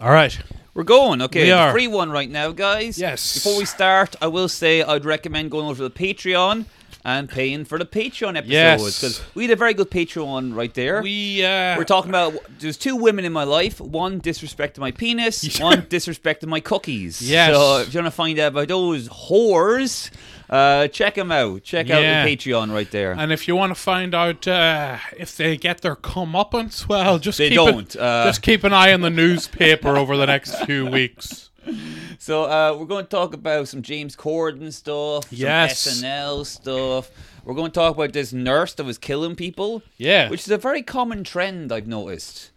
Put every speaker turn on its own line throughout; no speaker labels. All right.
We're going, okay.
We
the
are.
free one right now, guys.
Yes.
Before we start, I will say I'd recommend going over to the Patreon and paying for the Patreon episodes.
Yes.
Because we had a very good Patreon right there.
We uh,
We're talking about there's two women in my life. One disrespected my penis. one disrespected my cookies.
Yes.
So if you want to find out about those whores, uh, check them out. Check
Yeah.
out the Patreon right there.
And if you want to find out uh, if they get their comeuppance, well, just
They
keep
don't,
An,
uh.
just keep an eye on the newspaper over the next few weeks.
So uh, we're going to talk about some James Corden stuff, some
Yes.
SNL stuff. We're going to talk about this nurse that was killing people.
Yeah.
which is a very common trend I've noticed.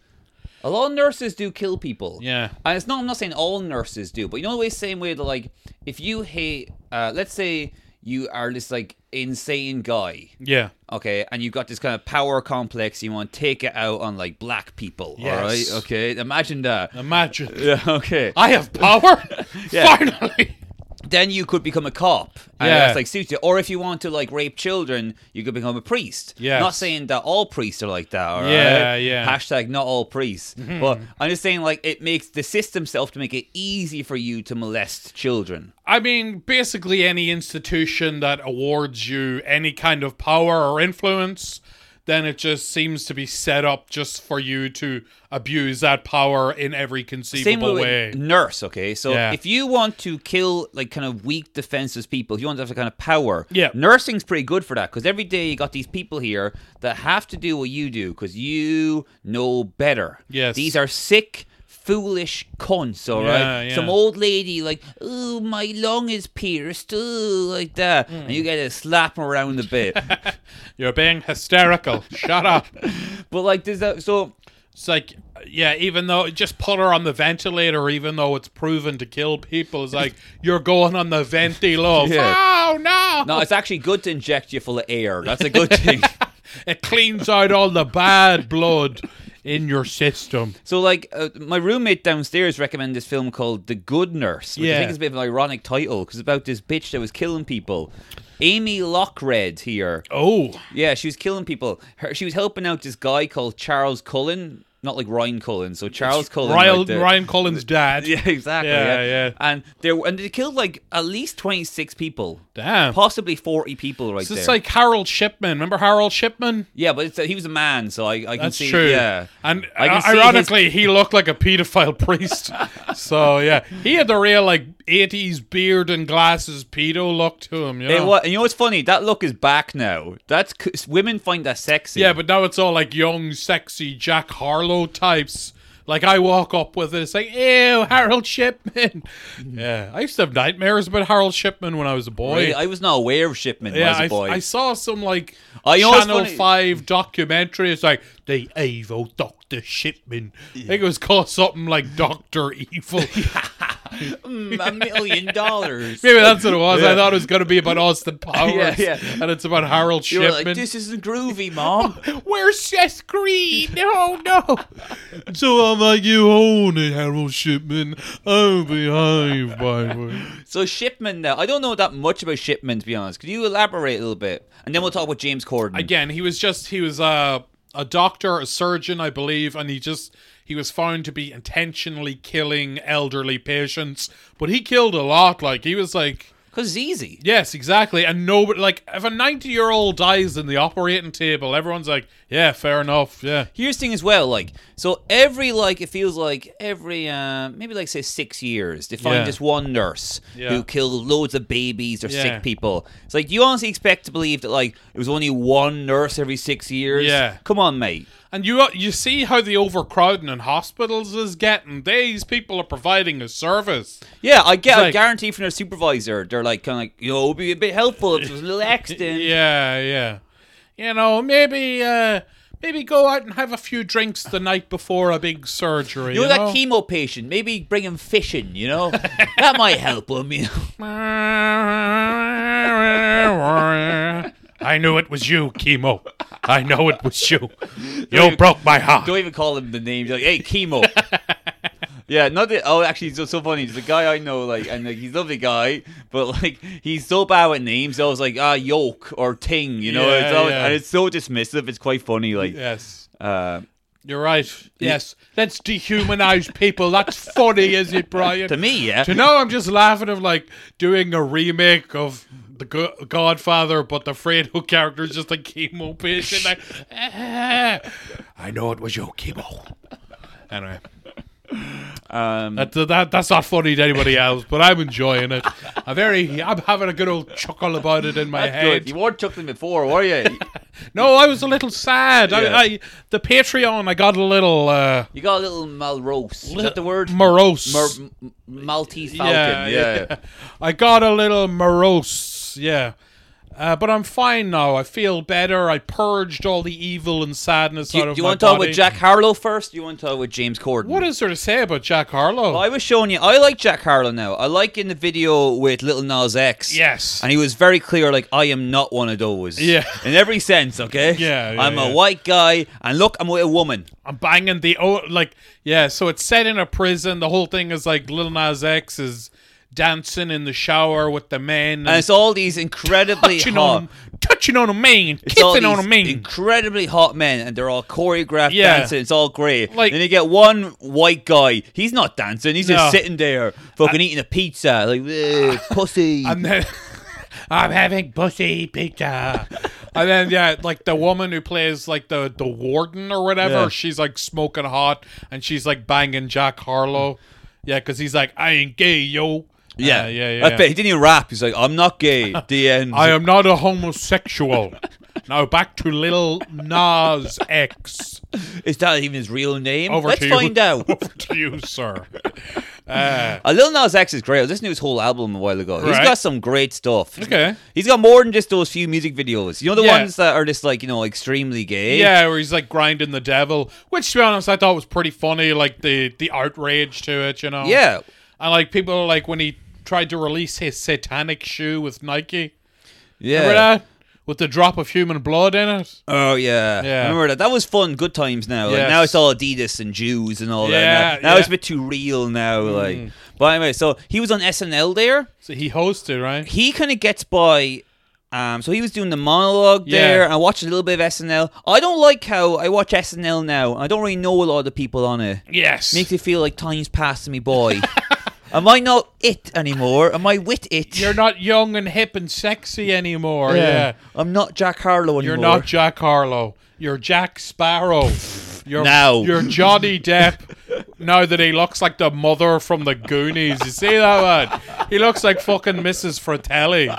A lot of nurses do kill people.
Yeah.
and it's not. I'm not saying all nurses do, but you know the way, same way that like if you hate, uh, let's say you are this like insane guy.
Yeah.
Okay, and you've got this kind of power complex. You want to take it out on like black people.
Yes.
All right. Okay. Imagine that.
Imagine
Yeah. Okay.
I have power.
Yeah.
Finally.
then you could become a cop. And
Yeah.
that's like suits you. Or if you want to like rape children, you could become a priest.
Yes.
Not saying that all priests are like that, all right?
Yeah, yeah. Mm-hmm.
Hashtag not all priests. but I'm just saying like it makes the system self to make it easy for you to molest children.
I mean, basically, any institution that awards you any kind of power or influence, then it just seems to be set up just for you to abuse that power in every
Same
conceivable
with
way.
nurse, okay? So
Yeah.
if you want to kill like kind of weak, defenseless people, if you want to have that kind of power,
Yeah.
nursing's pretty good for that because every day you got these people here that have to do what you do because you know better.
Yes.
These are sick. Foolish cunts, all right.
Yeah, yeah.
Some old lady like, "Ooh, my lung is pierced," ooh, like that, and
Mm.
you get to slap 'em around a bit.
You're being hysterical. Shut up.
but like, there's that. So
It's like, yeah, even though just put her on the ventilator, even though it's proven to kill people, it's like you're going on the venti love.
Yeah.
Oh no!
no, it's actually good to inject you full of air. That's a good thing.
It cleans out all the bad blood in your system.
So, like, uh, my roommate downstairs recommended this film called The Good Nurse, which I
Yeah.
think is a bit of an ironic title because it's about this bitch that was killing people. Amy Lockred here.
Oh,
Yeah, she was killing people. Her, she was helping out this guy called Charles Cullen, not like Ryan Cullen. So, Charles Cullen. right
Ryan,
there.
Ryan Collins' dad.
Yeah, exactly.
Yeah,
Yeah,
yeah.
And they were, and they killed like at least twenty six people,
Damn.
possibly forty people right
So it's
there.
like Harold Shipman. Remember Harold Shipman?
yeah, but it's, he was a man, so I, I can
That's
see.
true.
Yeah,
And
I can
uh,
see his-
ironically, he looked like a pedophile priest. so yeah, he had the real like '80s beard and glasses pedo look to him. You know?
It was, and you know what's funny? That look is back now. That's c- women find that sexy.
Yeah, but now it's all like young, sexy Jack Harlow types. Like I walk up with it, it's like, ew, Harold Shipman. Yeah, I used to have nightmares about Harold Shipman when I was a boy.
Mm-hmm. Really, I was not aware of Shipman
yeah,
as a
I,
boy.
I saw some like
I know it's
Channel
funny-
Five documentary. It's like the evil Doctor Shipman. I think it was called something like Doctor Evil.
Mm, a million dollars.
Maybe that's what it was. I thought it was going to be about Austin Powers,
Yeah, yeah.
and it's about Harold
You were
Shipman.
like, this isn't groovy, mom.
Where's Seth Green? No, no. so I'm like, you own it, Harold Shipman. I'll behave by way.
so Shipman now. I don't know that much about Shipman to be honest. Could you elaborate a little bit? And then we'll talk about James Corden.
Again, he was just, he was a, a doctor, a surgeon, I believe, and he just, he was found to be intentionally killing elderly patients. But he killed a lot. Like, he was like,
Because it's easy.
yes, exactly. And nobody, like, if a 90 year old dies in the operating table, everyone's like, yeah, fair enough. Yeah.
Here's the thing as well, like so every like it feels like every uh maybe like say six years they find
Yeah.
this one nurse
Yeah.
who killed loads of babies or
Yeah.
sick people. It's like you honestly expect to believe that like it was only one nurse every six years.
Yeah.
Come on, mate.
And you uh, you see how the overcrowding in hospitals is getting. These people are providing a service.
Yeah, I get
It's
a
like-
guarantee from their supervisor. They're like kinda like, you know, it would be a bit helpful if there was a little accident.
Yeah, yeah. You know, maybe uh maybe go out and have a few drinks the night before a big surgery.
You
You,
know that chemo patient, maybe bring him fish in, you know? that might help him, you know.
I knew it was you, chemo. I know it was you. You
even-
broke my heart.
Don't even call him the name. Like, hey, chemo. yeah, not that. Oh, actually, it's so, so funny. There's a guy I know, like, and like, he's a lovely guy, but like, he's so bad with names. I was like, ah, yoke or ting, you know.
Yeah,
it's always,
yeah.
And it's so dismissive. It's quite funny. Like,
Yes.
uh,
You're right. Yes. Let's dehumanize people. That's funny, is it, Brian?
To me, yeah.
You know, I'm just laughing of like doing a remake of the Go- Godfather, but the Fredo character is just a chemo patient. Like, "Ah, I know it was your chemo. Anyway,
Um,
that, that that's not funny to anybody else, but I'm enjoying it. I'm very, I'm having a good old chuckle about it in my
that's
head.
good. You weren't chuckling before, were you?
No, I was a little sad.
Yeah.
I, I the Patreon, I got a little uh,
You got a little malrose. Is that the word?
morose.
Mer- m- Maltese Falcon. Yeah,
I got a little morose, yeah. Uh, but I'm fine now. I feel better. I purged all the evil and sadness
Do
out
you,
of
do you
my
want to talk
body.
with Jack Harlow first? Do you want to talk with James Corden?
What is there to say about Jack Harlow?
I was showing you. I like Jack Harlow now. I like in the video with Little Nas X.
Yes.
and he was very clear. Like I am not one of those.
Yeah.
in every sense. Okay.
Yeah, yeah,
I'm
yeah.
a white guy, and look, I'm with a woman.
I'm banging the oh, like yeah. So it's set in a prison. The whole thing is like Lil Nas X is dancing in the shower with the men, and,
And it's all these incredibly
touching
hot.
on him, touching on a man,
It's all
kissing on a
these
man.
Incredibly hot men, and they're all choreographed
Yeah.
dancing. It's all great.
Like-
then you get one white guy. He's not dancing. He's
No.
just sitting there, fucking eating a pizza, like "Ugh, pussy.
and then I'm having pussy pizza. And then yeah, like the woman who plays like the the warden or whatever,
Yeah.
she's like smoking hot and she's like banging Jack Harlow. Yeah, because he's like, I ain't gay, yo.
yeah,
Uh, yeah,
I
yeah.
bet he didn't even rap. He's like, "I'm not gay." The end.
I am not a homosexual. now back to little Nas X.
Is that even his real name?
Over
Let's
to you.
find out.
Over to you, sir. Uh,
Uh, Lil Nas X is great. I was listening to his whole album a while ago. He's
Right.
got some great stuff.
Okay.
He's got more than just those few music videos. You know the
Yeah.
ones that are just like you know extremely gay.
yeah, where he's like grinding the devil, which to be honest, I thought was pretty funny. Like the the outrage to it, you know.
Yeah.
And like people like when he tried to release his satanic shoe with Nike. Remember
Yeah.
that? With the drop of human blood in it.
Oh yeah.
Yeah.
I remember that. That was fun. Good times now. Like,
Yes.
now it's all Adidas and Jews and all
Yeah,
that. Now, now
yeah. Mm.
it's a bit too real now. Like. But anyway, so he was on SNL there.
So he hosted, right?
He kind of gets by. Um, so he was doing the monologue
Yeah.
there. I watched a little bit of SNL. I don't like how I watch SNL now. I don't really know a lot of the people on it.
Yes.
Makes me feel like time's passing me by. Am I not it anymore? Am I with it?
You're not young and hip and sexy anymore. Yeah.
I'm not Jack Harlow anymore.
You're not Jack Harlow. You're Jack Sparrow. You're,
Now.
You're Johnny Depp. Now that he looks like the mother from the Goonies. You see that, man? He looks like fucking Mrs. Fratelli.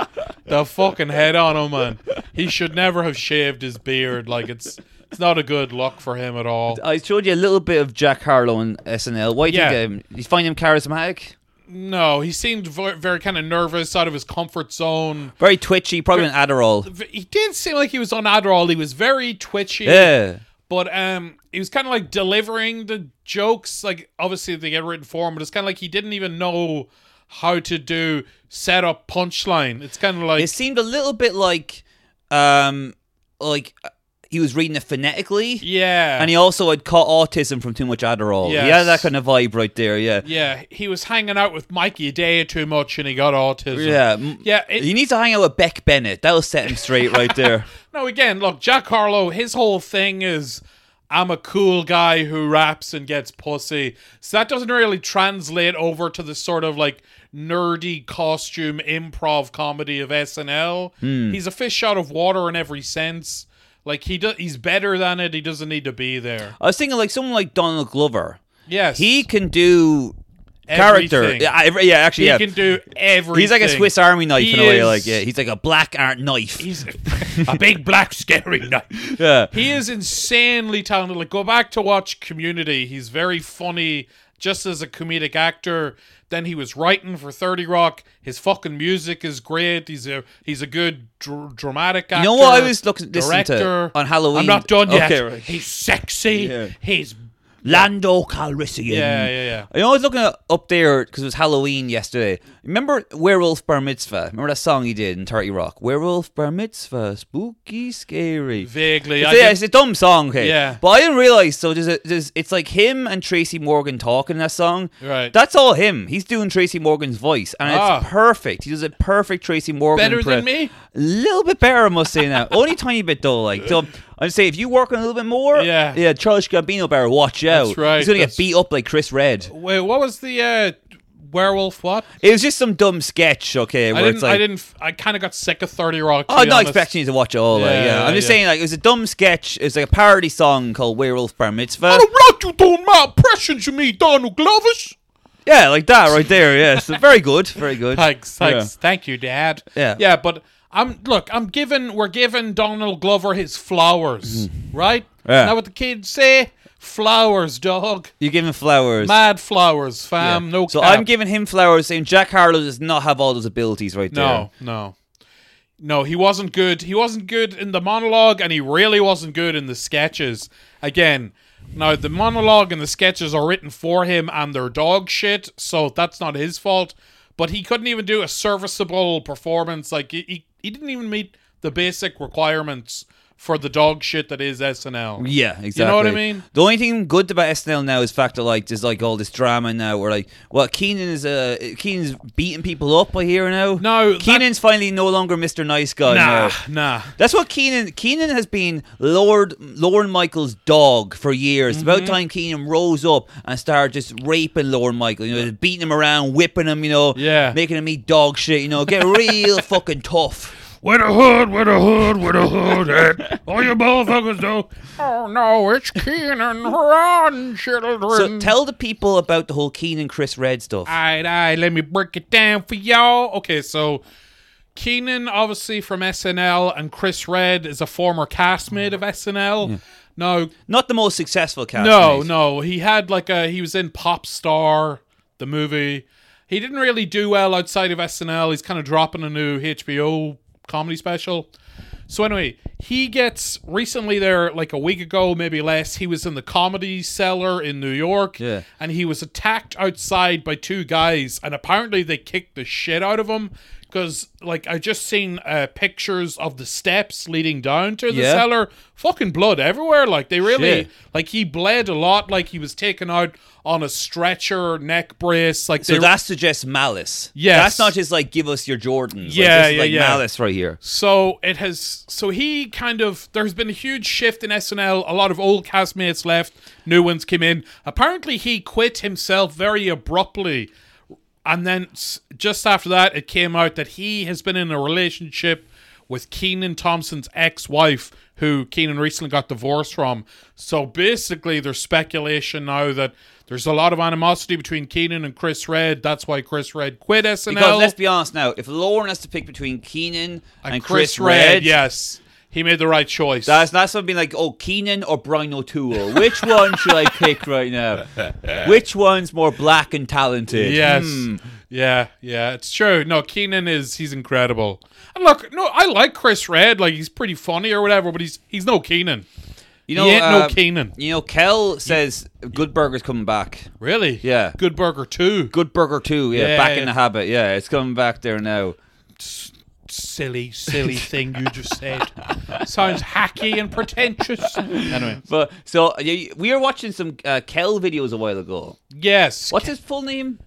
The fucking head on him, man. He should never have shaved his beard. Like, it's it's not a good look for him at all.
I showed you a little bit of Jack Harlow on SNL. Why do
Yeah.
you, um, you find him charismatic?
No, he seemed very, very kind of nervous, out of his comfort zone.
Very twitchy, probably an Adderall.
V- He did seem like he was on Adderall. He was very twitchy.
Yeah.
But um, he was kind of like delivering the jokes. Like obviously they get written for him, but it's kind of like he didn't even know how to do set up punchline. It's kind of like
It seemed a little bit like, um, like uh, he was reading it phonetically,
yeah,
and he also had caught autism from too much Adderall. Yeah, He had
Yes.
that kind of vibe right there. Yeah,
yeah, he was hanging out with Mikey Day too much, and he got autism.
yeah, m-
yeah. It,
he needs to hang out with Beck Bennett. That'll set him straight right there.
no, again, look, Jack Harlow. His whole thing is. I'm a cool guy who raps and gets pussy. So that doesn't really translate over to the sort of like nerdy costume improv comedy of SNL.
Hmm.
He's a fish out of water in every sense. Like he do- he's better than it. He doesn't need to be there.
I was thinking like someone like Donald Glover.
Yes.
He can do character.
Everything.
Yeah, I- yeah, actually,
He
yeah.
can do everything.
He's like a Swiss Army knife
He
in a way.
is-
Like, yeah, he's like a black art knife.
He's a big black scary knife.
yeah.
He is insanely talented. Like, go back to watch Community. He's very funny just as a comedic actor. Then he was writing for 30 Rock. His fucking music is great. He's a he's a good dr- dramatic actor.
You know what I was looking listening
director.
to on Halloween?
I'm not done yet.
Okay, right.
He's sexy.
Yeah.
He's
Lando Calrissian.
yeah, yeah, yeah.
You know, I was looking at- up there because it was Halloween yesterday. Remember Werewolf Bar Mitzvah? Remember that song he did in 30 Rock? Werewolf Bar Mitzvah, spooky, scary.
Vaguely. I
It's, yeah,
did-
it's a dumb song, okay.
Yeah.
But I didn't realize. So there's, a, there's it's like him and Tracy Morgan talking in that song.
Right.
That's all him. He's doing Tracy Morgan's voice, and
Ah.
it's perfect. He does a perfect Tracy Morgan.
Better than
impre-
me?
A little bit better, I must say now. Only tiny bit though. Like so, I'm saying if you work on a little bit more,
Yeah.
yeah, Charles Gambino better watch out.
right,
He's gonna
that's-
get beat up like Chris Red.
Wait, what was the uh, werewolf? What?
It was just some dumb sketch, okay,
I
where
didn't.
it's like
I didn't. f- I kind of got sick of Thirty Rock. to
Oh, I'm
be
not
honest.
expecting you to watch it all. like,
Yeah,
yeah,
yeah,
I'm just
yeah.
saying, like, it was a dumb sketch. It was like a parody song called Werewolf Bar Mitzvah.
I don't like you doing my impressions of me, Donald Glovis.
Yeah, like that right there. Yeah, so very good, very good.
Thanks,
Yeah.
thanks, thank you, Dad.
Yeah.
yeah, but I'm look. I'm giving. We're giving Donald Glover his flowers, right?
Mm-hmm. Yeah.
Now what the kids say? Flowers, dog.
You give him flowers.
Mad flowers, fam. No.
so
cap.
I'm giving him flowers, saying Jack Harlow does not have all those abilities right
No, no. No, he wasn't good. He wasn't good in the monologue and he really wasn't good in the sketches. Again, now the monologue and the sketches are written for him and they're dog shit, so that's not his fault. But he couldn't even do a serviceable performance. Like he, he, he didn't even meet the basic requirements for the dog shit that is SNL.
there. Yeah, exactly.
know what I mean?
The only thing good about SNL now is the fact that like there's like all this drama now, where like, well, Keenan is uh Keenan's beating people up. I hear now.
No, that-
Keenan's finally no longer Mr. Nice Guy.
Nah,
now.
nah.
That's what Keenan Keenan has been Lord Lauren Michaels' dog for years. It's
Mm-hmm.
About time Keenan rose up and started just raping Lauren Michael, you know, beating him around, whipping him, you know,
Yeah.
making him eat dog shit, you know, get real fucking tough.
With a hood, with a hood, with a hood, and all you motherfuckers do. Oh no, it's Keenan Run,
So
children.
tell the people about the whole Keenan Chris Red stuff.
Alright, alright, let me break it down for y'all. Okay, so Keenan, obviously from SNL, and Chris Red is a former castmate of SNL. Now,
Not the most successful cast.
no,
mate.
no. He had like a he was in Pop Star, the movie. He didn't really do well outside of SNL. He's kind of dropping a new HBO comedy special. So anyway, he gets recently there like a week ago, maybe less. He was in the comedy cellar in New York,
Yeah.
and he was attacked outside by two guys, and apparently they kicked the shit out of him because like I just seen uh, pictures of the steps leading down to the
Yeah.
cellar, fucking blood everywhere. Like they really
Shit.
like he bled a lot. Like he was taken out on a stretcher, neck brace. Like
So
they-
that suggests malice.
Yes.
That's not just like give us your Jordans. Like,
Yeah,
this is
yeah,
like
yeah.
malice right here.
So it has. So he kind of. There's been a huge shift in SNL. A lot of old castmates left. New ones came in. Apparently, he quit himself very abruptly, and then s- just after that, it came out that he has been in a relationship with Keenan Thompson's ex-wife, who Keenan recently got divorced from. So basically, there's speculation now that. There's a lot of animosity between Keenan and Chris Red. That's why Chris Red quit SNL.
Because let's be honest now, if Lauren has to pick between Keenan and, Chris, Red,
Yes, he made the right choice.
That's that's what being like, oh, Keenan or Brian O'Toole. Which one should I pick right now? Which one's more black and talented?
yes,
Hmm.
yeah, yeah. It's true. No, Keenan is he's incredible. And look, no, I like Chris Red. Like he's pretty funny or whatever, but he's he's no Keenan.
You know,
he ain't no
uh,
Keenan.
You know, Kel says Good Burger's coming back.
Really?
yeah.
Good Burger too.
Good Burger too, yeah,
Yeah,
back
yeah.
in the habit, yeah, it's coming back there now.
Silly, silly thing you just said. Sounds hacky and pretentious. Anyway,
But so yeah, we were watching some uh, Kel videos a while ago.
yes,
What's his full name?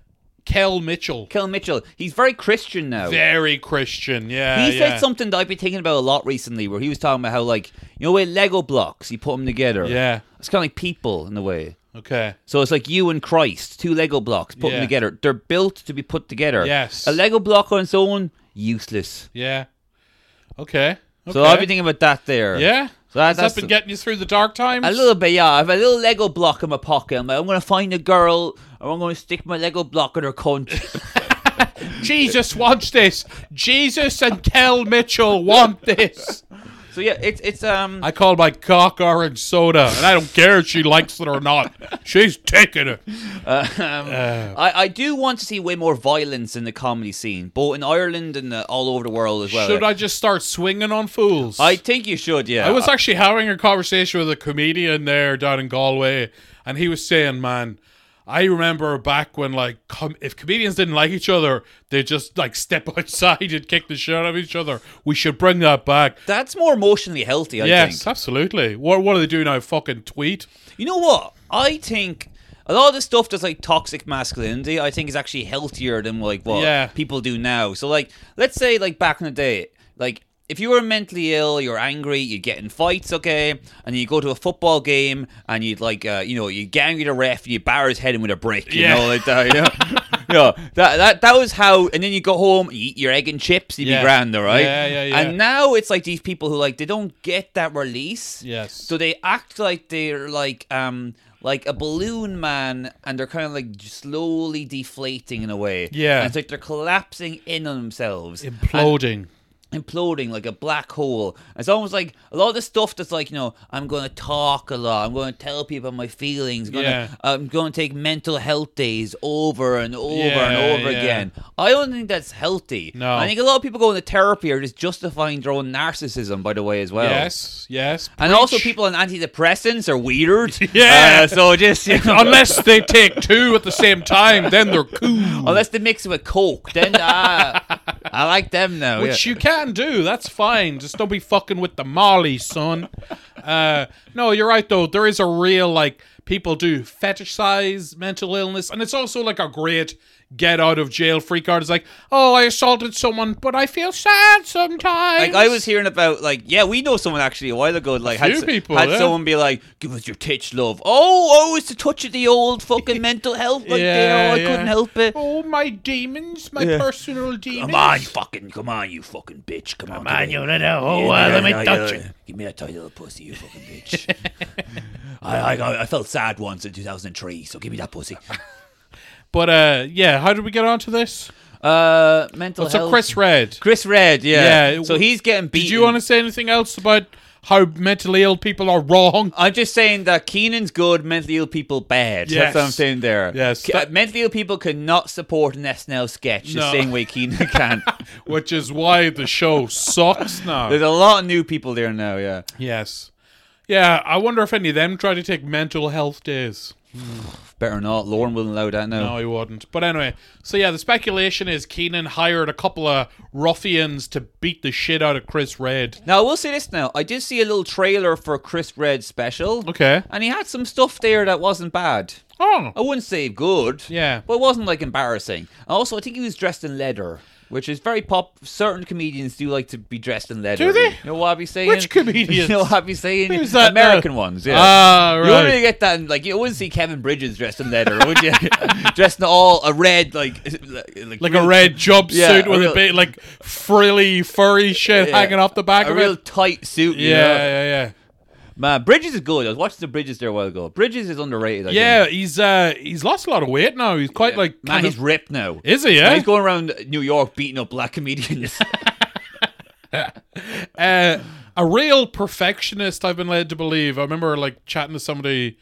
Kel Mitchell,
Kel Mitchell. He's very Christian now.
very Christian. Yeah,
He
yeah.
said something that I've been thinking about a lot recently, where he was talking about how, like, you know, with Lego blocks, you put them together.
Yeah.
It's kind of like people in a way.
Okay.
So it's like you and Christ, two Lego blocks, put
Yeah.
them together. They're built to be put together.
Yes.
A Lego block on its own, useless.
Yeah. Okay.
So
okay.
I've been thinking about that there.
Yeah.
So that,
Has
that's
that been getting you through the dark times?
a little bit, yeah. I have a little Lego block in my pocket. I'm like, I'm going to find a girl, and I'm going to stick my Lego block in her cunt.
Jesus wants this. Jesus and Kel Mitchell want this.
so yeah, it's, it's, um.
I call my cock orange soda, and I don't care if she likes it or not. She's taking it.
Um, I, I do want to see way more violence in the comedy scene, both in Ireland and uh, all over the world as well.
Should I just start swinging on fools?
I think you should, yeah.
I was actually having a conversation with a comedian there down in Galway, and he was saying, "Man, I remember back when like com- if comedians didn't like each other, they just like step outside and kick the shit out of each other. We should bring that back."
That's more emotionally healthy, I
yes,
think.
absolutely. What what do they do now? Fucking tweet.
You know what? I think a lot of the stuff that's like toxic masculinity, I think is actually healthier than like what
Yeah.
people do now. So like, let's say like back in the day, like if you were mentally ill, you're angry, you get in fights, okay, and you go to a football game and you like, uh, you know, you get angry at a ref and you bar his head in with a brick, you
Yeah.
know, like that, you know. Yeah, that, that that was how, and then you go home, you eat your egg and chips, you'd
Yeah.
be grand, all right?
Yeah, yeah, yeah.
And now it's like these people who like they don't get that release,
Yes.
so they act like they're like um like a balloon man, and they're kind of like slowly deflating in a way.
Yeah.
And it's like they're collapsing in on themselves
imploding.
imploding like a black hole. It's almost like a lot of the stuff that's like, you know, I'm going to talk a lot. I'm going to tell people my feelings. Gonna,
Yeah.
I'm going to take mental health days over and over
Yeah,
and over
yeah.
again. I don't think that's healthy.
No.
I think a lot of people going to therapy are just justifying their own narcissism, by the way, as well.
yes, yes.
And also, people on antidepressants are weird.
Yeah.
Uh, so just you know,
Unless they take two at the same time, then they're cool.
unless they mix it with coke, then uh, I like them now. yeah.
Which you can do. That's fine. Just don't be fucking with the Molly, son. Uh, no, you're right though. There is a real like people do fetishize mental illness, and it's also like a great get out of jail free card. It's like, oh, I assaulted someone, but I feel sad sometimes.
Like I was hearing about like yeah we know someone actually a while ago like had,
few
s-
people,
had
yeah.
someone be like give us your titch love oh oh it's the touch of the old fucking mental health like
Yeah,
yeah, oh I
yeah.
couldn't help it
Oh, my demons, my
Yeah.
personal demons.
come on you fucking come on you fucking bitch come on come on
don't know. Oh,
Give me that tight little pussy, you fucking bitch. I, I I felt sad once in 2003, so give me that pussy.
But uh, yeah, how did we get onto this?
Uh, mental
So
health.
Chris Red,
Chris Red, yeah.
Yeah,
So he's getting beat.
did you want to say anything else about how mentally ill people are wrong?
I'm just saying that Keenan's good, mentally ill people bad.
Yes.
That's what I'm saying there.
Yes.
K- uh, mentally ill people cannot support an SNL sketch
No.
the same way Keenan can.
Which is why the show sucks now.
There's a lot of new people there now, yeah.
Yes. Yeah, I wonder if any of them try to take mental health days.
Better not. Lauren will allow that now.
No, he wouldn't. But anyway, so yeah, the speculation is Keenan hired a couple of ruffians to beat the shit out of Chris Red.
Now, I will say this now. I did see a little trailer for Chris Red's special.
Okay.
And he had some stuff there that wasn't bad.
Oh.
I wouldn't say good.
Yeah.
But it wasn't like embarrassing. And also, I think he was dressed in leather, which is very pop. Certain comedians do like to be dressed in leather.
Do they?
You know what I'll be saying?
Which comedians?
You know what I'll be saying?
Who's that now?
American ones, yeah.
Ah,
You don't
right.
really get that. in- Like, you wouldn't see Kevin Bridges dressed in leather, would you? dressed in all a red, like. Like,
Like
real-
a red jumpsuit
Yeah, a
with a
real-
bit like frilly, furry shit
yeah,
hanging off the back
a
of
real
it.
tight suit. you
Yeah,
know?
yeah, yeah.
Man, Bridges is good. I was watching the Bridges there a while ago. Bridges is underrated. I
Yeah,
think.
he's uh he's lost a lot of weight now. He's quite like
Man,
kind
he's
of-
ripped now.
is he,
Man,
yeah?
he's going around New York beating up black comedians.
uh, a real perfectionist, I've been led to believe. I remember like chatting to somebody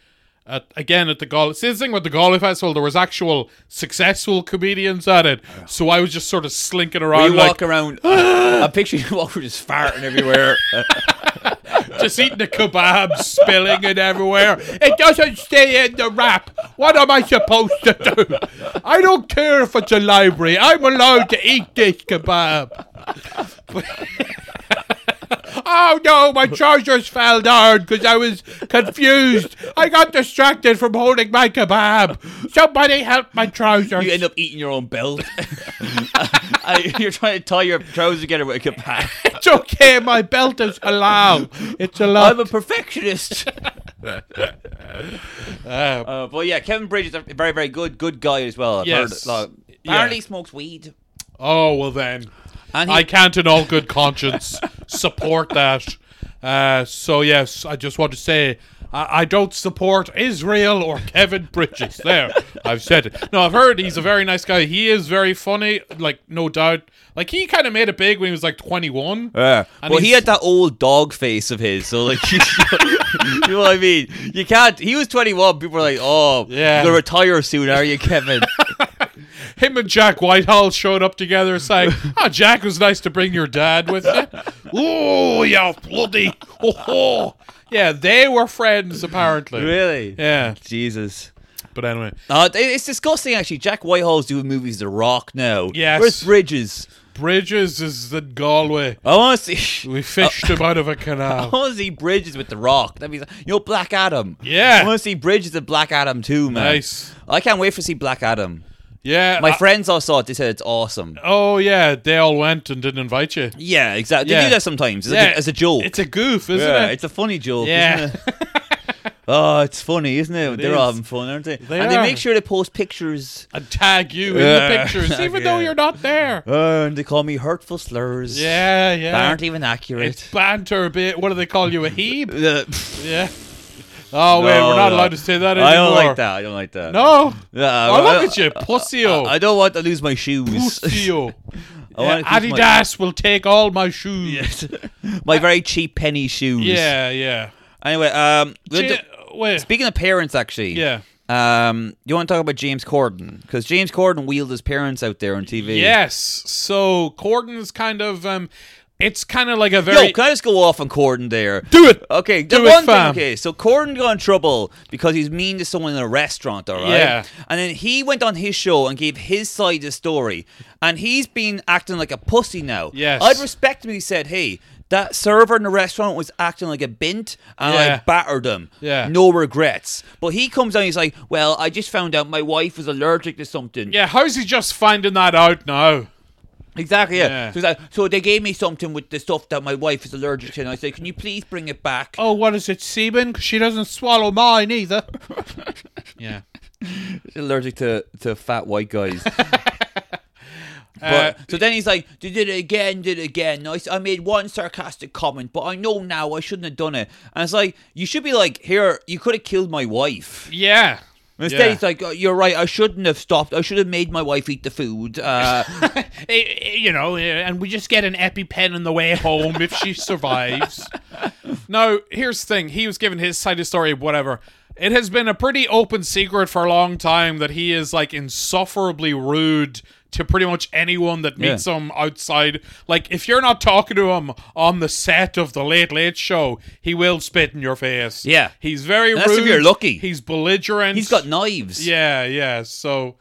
at, again at the Galway. See, the thing with the Galway Festival, there was actual successful comedians at it, so I was just sort of slinking
Or
around,
you
like
walk around. I picture you walk around just farting everywhere.
just eating a kebab, spilling it everywhere. It doesn't stay in the wrap. What am I supposed to do? I don't care if it's a library. I'm allowed to eat this kebab. oh no, my trousers fell down because I was confused. I got distracted from holding my kebab. Somebody help my trousers.
you end up eating your own belt. I- You're trying to tie your trousers together with a kebab.
it's okay, my belt is allowed. It's
I'm
allowed.
a perfectionist.
Uh,
Uh, but yeah, Kevin Bridges, is a very, very good, good guy as well. I've
Yes.
heard, like,
Yeah.
apparently, he smokes weed.
oh well then.
And he,
I can't, in all good conscience, support that. Uh, so yes, I just want to say I, I don't support Israel or Kevin Bridges. There, I've said it. No, I've heard he's a very nice guy. He is very funny, like no doubt. Like he kind of made it big when he was like 21.
Yeah.
And
well, he
he's-
had that old dog face of his, so like, you know what I mean? You can't. He was 21. People were like, "Oh,
Yeah.
you're gonna retire soon, are you, Kevin?"
Him and Jack Whitehall showed up together, saying, "Ah, Jack was nice to bring your dad with you." oh, yeah, bloody! Oh, oh, yeah, they were friends apparently.
really?
Yeah,
Jesus.
but anyway,
Uh, it- it's disgusting, actually. Jack Whitehall's doing movies The Rock now.
Yes.
Where's Bridges?
Bridges is in Galway.
I want to see.
We fished him out of a
I
canal.
want to see Bridges with The Rock. That means you know Black Adam.
Yeah.
I want to see Bridges and Black Adam too, man.
Nice.
I can't wait for see Black Adam.
Yeah.
My
I-
friends all saw it. They said it's awesome.
oh yeah, they all went and didn't invite you.
Yeah, exactly. They
Yeah.
do that sometimes as,
Yeah.
a, as a joke.
It's a goof, isn't
yeah,
it?
it's a funny joke.
Yeah.
Isn't it? oh, it's funny, isn't it? They're
is.
all having fun, aren't they?
They
and
are.
they make sure they post pictures.
And tag you in the
Yeah.
pictures, even though
Yeah.
you're not there.
Uh, and they call me hurtful slurs.
Yeah, yeah.
That aren't even accurate.
It's banter, bit. What do they call you? A heeb?
Uh,
Yeah. Oh wait,
no,
we're not
no.
allowed to say that anymore.
I don't like that. I don't like that.
No.
Yeah, I-
Oh, look
I-
at you, pussyo.
I don't want to lose my shoes.
Pussyo.
I wanna
Yeah,
keep my-
Adidas will take all my shoes.
my very cheap penny shoes.
Yeah, yeah.
Anyway, um, we'll
Gee,
do-
wait.
speaking of parents, actually,
yeah.
Um, you want to talk about James Corden because James Corden wheeled his parents out there on TV.
Yes. So Corden's kind of um it's kind of like a very
Yo, can I just go off on Corden there?
Do it.
Okay,
Do
the
it,
one thing.
fam.
Okay, so Corden got in trouble because he's mean to someone in a restaurant. All right.
Yeah.
And then he went on his show and gave his side of the story, and he's been acting like a pussy now.
Yes.
I'd respect him. if He said, "Hey." That server in the restaurant was acting like a bint, and
Yeah.
I battered him.
Yeah.
No regrets. But he comes out and he's like, Well, I just found out my wife was allergic to something.
Yeah, how's he just finding that out now?
Exactly. Yeah.
Yeah.
So, it's like, so they gave me something with the stuff that my wife is allergic to, and I said, "Can you please bring it back?"
Oh, what is it, semen? 'Cause she doesn't swallow mine either. yeah.
allergic to to fat white guys.
Uh,
But, so then he's like, "They did it again, did it again." And I, s- I made one sarcastic comment, but I know now I shouldn't have done it. And it's like, you should be like, "Here, you could have killed my wife."
Yeah.
Instead,
Yeah.
he's like, oh, "You're right. I shouldn't have stopped. I should have made my wife eat the food." Uh,
Eh, eh, you know, eh, and we just get an EpiPen on the way home if she survives. Now, here's the thing. He was given his side of the story, whatever. It has been a pretty open secret for a long time that he is like insufferably rude to pretty much anyone that meets him outside. Like, if you're not talking to him on the set of the Late Late Show, he will spit in your face.
Yeah.
He's very
That's
rude.
if you're lucky.
He's belligerent.
he's got knives.
Yeah, yeah. So,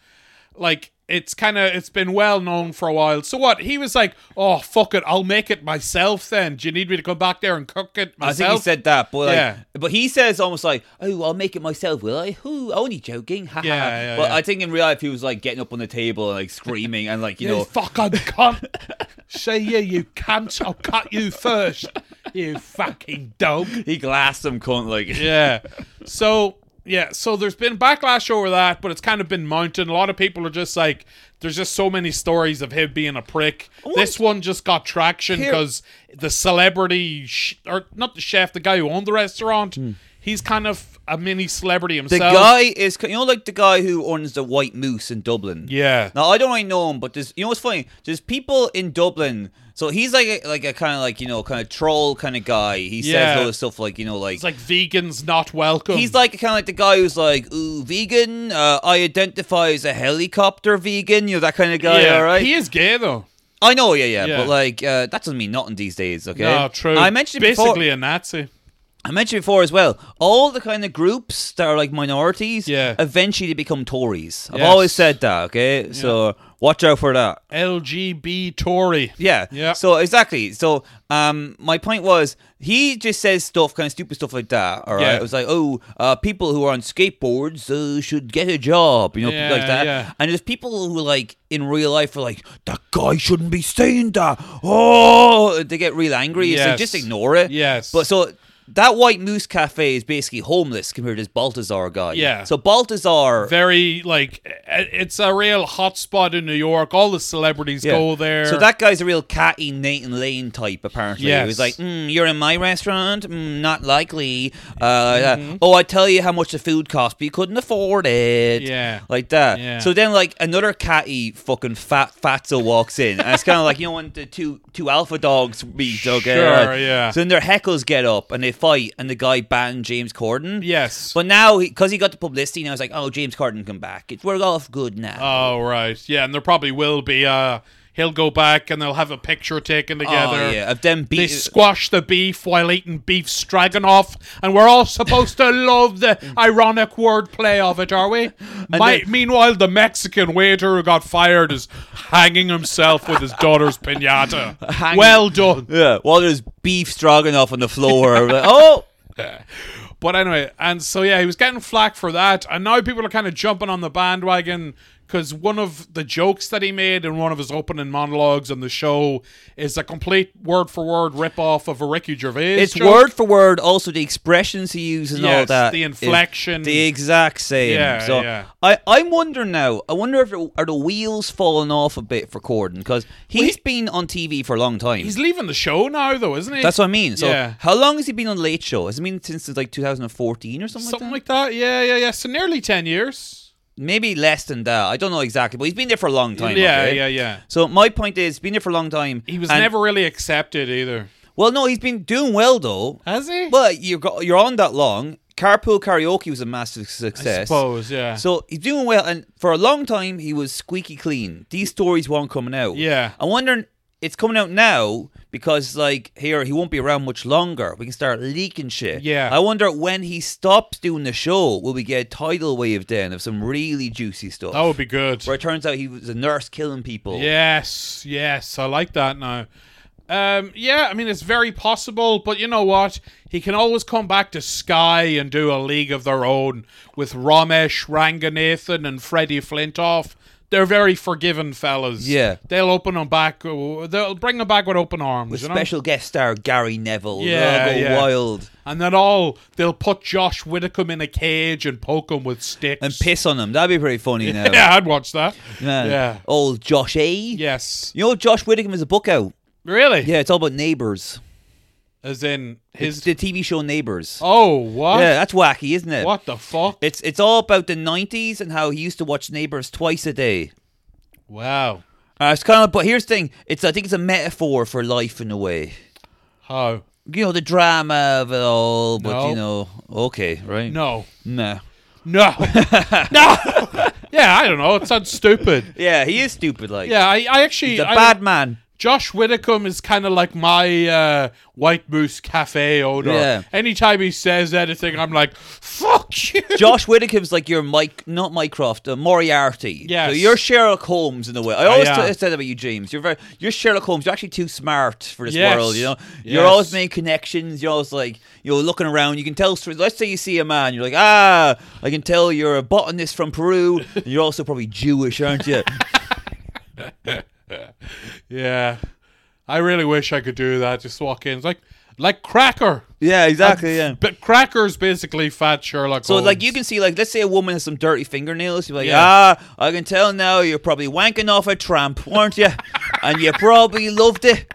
like, it's kind of it's been well known for a while. So what? He was like, "Oh fuck it, I'll make it myself." Then do you need me to come back there and cook it
I
myself?
think he said that, but like,
Yeah.
but he says almost like, "Oh, I'll make it myself, will I? Who? Only joking." Ha ha."
Yeah, yeah,
but
yeah.
I think in real life he was like getting up on the table and like screaming and like you
"You
know,
fucking cunt! Say yeah, you cunt! I'll cut you first, you fucking dog."
he glassed some cunt like.
Yeah. So yeah, so there's been backlash over that, but it's kind of been mounted. A lot of people are just like, there's just so many stories of him being a prick. This one just got traction
Here-
because the celebrity, sh- or not the chef, the guy who owned the restaurant, he's kind of a mini celebrity
Hmm. The
himself.
guy is, you know, like the guy who owns the White Moose in Dublin.
yeah,
Now I don't really know him, but there's you know what's funny? There's people in Dublin. So he's like a, like a kind of like you know kind of troll kind of guy. He
Yeah.
says all this stuff like you know like
it's like um, vegans not welcome.
He's like kind of like the guy who's like, ooh, vegan. Uh, I identify as a helicopter vegan. You know that kind of guy,
yeah,
all right?
he is gay though.
I know, yeah, yeah,
Yeah.
But like, uh, that doesn't mean nothing these days, okay?
No, Ah, true.
I mentioned it
basically
before.
a Nazi.
I mentioned before as well. All the kind of groups that are like minorities,
Yeah.
eventually they become Tories. I've
Yes.
always said that, okay? So watch out for that.
LGB Tory.
Yeah.
Yeah.
So exactly. So um, my point was he just says stuff, kind of stupid stuff like that. All right.
Yeah.
It was like, oh, uh, people who are on skateboards uh, should get a job, you know,
Yeah,
like that.
yeah.
And there's people who like in real life are like, that guy shouldn't be saying that. Oh, they get real angry. It's
Yes.
like just ignore it.
Yes.
But so. That White Moose Cafe is basically homeless compared to this Baltazar guy.
Yeah.
So Baltazar
very like i- it's a real hotspot in New York. All the celebrities go there.
So that guy's a real catty Nathan Lane type, apparently.
Yes.
He was like, mm, "You're in my restaurant? Mm, not likely." Uh, uh,
Mm-hmm.
oh, I tell you how much the food cost, but you couldn't afford it.
Yeah.
like that.
Yeah.
So then, like another catty fucking fat fatso walks in, and it's kind of like you know when the two two alpha dogs meet. Okay,
Sure,
right?
yeah.
So then their heckles get up and they fight, and the guy banned James Corden.
yes.
But now, because he, got the publicity, now it's like, oh, James Corden come back. It's we're all good now.
oh right, yeah, and there probably will be. Uh, he'll go back and they'll have a picture taken together.
Oh, yeah, of them
They
beat.
squash the beef while eating beef stroganoff, and we're all supposed to love the ironic wordplay of it, are we? My,
then-
meanwhile, the Mexican waiter who got fired is hanging himself with his daughter's pinata.
Hanging-
Well done.
Yeah, while there's beef stroganoff on the floor. like, oh,
But anyway, and so yeah, he was getting flack for that, and now people are kind of jumping on the bandwagon because one of the jokes that he made in one of his opening monologues on the show is a complete word for word rip off of a Ricky Gervais.
It's
joke.
word for word. Also, the expressions he uses and all
Yes,
that.
the
is
inflection.
The exact same.
Yeah,
so
yeah.
I, I'm wondering now. I wonder if it, are the wheels falling off a bit for Corden because he's been on TV for a long time.
He's leaving the show now, though, isn't he?
That's what I mean. So
Yeah.
how long has he been on the Late Show? Has it been since like 2014 or something,
Something
like
like that. Yeah, yeah, yeah. So nearly 10 years.
that? Maybe less than that. I don't know exactly, but he's been there for a long time.
yeah,
okay?
yeah, yeah.
So my point is, he's been there for a long time.
He was
and-
never really accepted either.
Well, no, he's been doing well though.
Has he?
But you got you're on that long. Carpool Karaoke was a massive success.
I suppose, yeah.
So he's doing well, and for a long time he was squeaky clean. These stories weren't coming out.
Yeah.
I'm wondering it's coming out now because like here he won't be around much longer. We can start leaking shit.
Yeah.
I wonder when he stops doing the show, will we get a tidal wave then of some really juicy stuff?
that would be good.
Where it turns out he was a nurse killing people.
Yes, yes, I like that now. Um, yeah, I mean it's very possible, but you know what? He can always come back to Sky and do a league of their own with Ramesh Ranganathan and Freddie Flintoff. They're very forgiving fellas.
Yeah.
they'll open them back. uh, They'll bring them back with open arms.
With
you know?
special guest star Gary Neville.
Yeah,
They'll go
yeah.
wild.
and then all they'll put Josh Whitcomb in a cage and poke him with sticks
And piss on him. That'd be pretty funny now.
Yeah, I'd watch that.
Man.
Yeah.
Old Josh A.
Yes.
You know, Josh Whittingham has a book out.
Really?
Yeah, it's all about neighbors.
As in
It's
his.
the TV show Neighbors.
Oh, what?
Yeah, that's wacky, isn't it?
What the fuck?
It's it's all about the '90s and how he used to watch Neighbors twice a day.
Wow.
Uh, it's kind of, but here's the thing: it's I think it's a metaphor for life in a way.
How?
You know, the drama of it all, but
No.
you know, okay, right?
No.
nah.
No. no. Yeah, I don't know. It sounds stupid.
Yeah, he is stupid. Like,
Yeah, I, I actually.
he's a
I-
bad man.
Josh Whitcomb is kind of like my uh, White Moose Cafe owner.
Yeah.
Anytime he says anything, I'm like, fuck you.
Josh Whittaker's like your Mike, not Mycroft, uh, Moriarty.
Yes.
So you're Sherlock Holmes in a way. I always
am.
t- said about you, James. You're very, you're Sherlock Holmes. You're actually too smart for this
Yes.
world. You know, you're
Yes.
always making connections. You're always like, you're looking around. You can tell. stories. Let's say you see a man. You're like, ah, I can tell you're a botanist from Peru. and you're also probably Jewish, aren't you?
Yeah. I really wish I could do that. Just walk in. It's like, like Cracker.
yeah, exactly. Yeah.
But Cracker's basically fat Sherlock
So
Holmes.
like you can see like let's say a woman has some dirty fingernails, you're like,
Yeah.
ah, I can tell now you're probably wanking off a tramp, weren't you? and you probably loved it.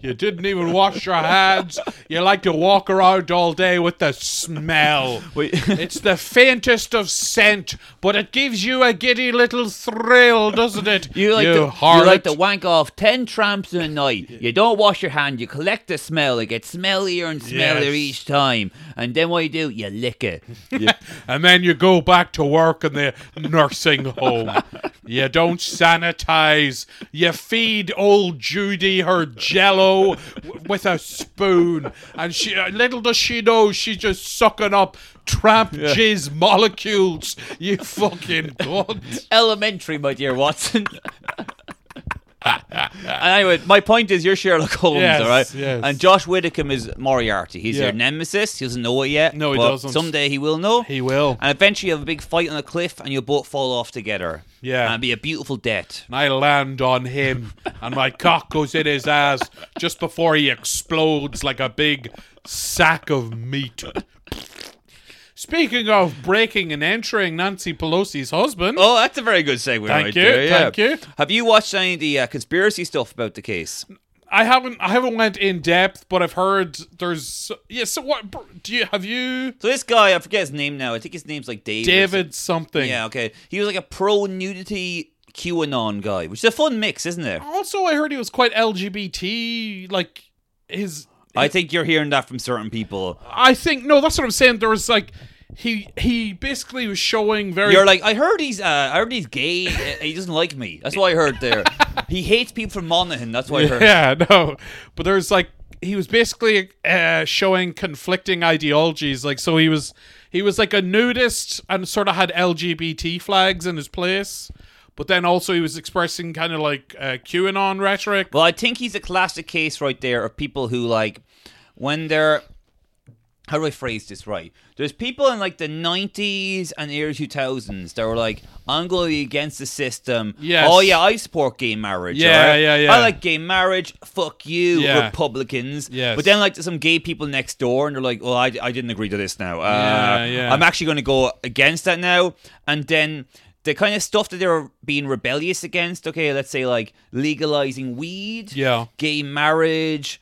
You didn't even wash your hands. You like to walk around all day with the smell.
Wait.
it's the faintest of scent, but it gives you a giddy little thrill, doesn't it?
You like to
harlot.
you like to wank off ten tramps in a night. You don't wash your hand. You collect the smell. It gets smellier and smellier
Yes.
each time. And then what you do? You lick it.
and then you go back to work in the nursing home. You don't sanitize. You feed old Judy her jello w- with a spoon, and she uh, little does she know she's just sucking up tramp jizz molecules. You fucking cunt.
Elementary, my dear Watson. anyway, my point is, you're Sherlock Holmes,
Yes,
all right?
yes.
And Josh Widdicombe is Moriarty. He's
Yeah.
your nemesis. He doesn't know it yet.
No, he
but
doesn't.
Someday he will know.
He will.
and eventually, you have a big fight on a cliff, and you'll both fall off together.
Yeah.
and it'll be a beautiful death.
and I land on him, and my cock goes in his ass just before he explodes like a big sack of meat. Speaking of breaking and entering Nancy Pelosi's husband,
Oh, that's a very good segue.
Thank
right
you,
There, yeah.
thank you.
Have you watched any of the uh, conspiracy stuff about the case?
I haven't I haven't went in depth, but I've heard there's yeah. So what br- do you have you
So this guy, I forget his name now. I think his name's like David.
David something?
Yeah. Okay. He was like a pro nudity QAnon guy, which is a fun mix, isn't it?
Also, I heard he was quite LGBT. Like his
I think you're hearing that from certain people.
I think no, that's what I'm saying. There was like he he basically was showing very
You're like, I heard he's, uh, I heard he's gay. uh, he doesn't like me. That's what I heard there. he hates people from Monaghan. That's what I heard.
Yeah, no. But there's like he was basically uh, showing conflicting ideologies. Like so, he was he was like a nudist and sort of had LGBT flags in his place. But then also he was expressing kind of like uh, QAnon rhetoric.
Well, I think he's a classic case right there of people who like when they're how do I phrase this right? There's people in like the 90s and early 2000s that were like, I'm going to be against the system.
Yes.
Oh, yeah, I support gay marriage.
Yeah,
alright?
yeah, yeah.
I like gay marriage. Fuck you,
Yeah.
Republicans.
Yes.
But then, like, there's some gay people next door and they're like, well, I, I didn't agree to this now. Uh,
Yeah, yeah.
I'm actually going to go against that now. And then the kind of stuff that they're being rebellious against, okay, let's say like legalizing weed
Yeah.
gay marriage,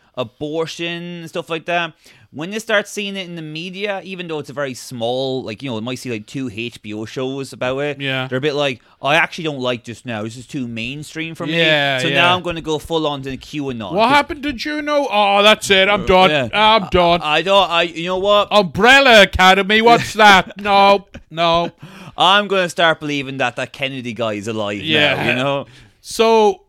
abortion, stuff like that. When you start seeing it in the media, even though it's a very small, like you know, it might see like two HBO shows about it.
Yeah.
they're a bit like, I actually don't like this now. This is too mainstream for me.
Yeah,
so
yeah.
now I'm going to go full on to the QAnon.
What happened to Juno? Oh, that's it. I'm done.
Uh, Yeah. uh,
I'm done.
I don't. I you know what?
Umbrella Academy. What's that? No, no.
I'm going to start believing that that Kennedy guy is alive now.
Yeah.
You know.
So,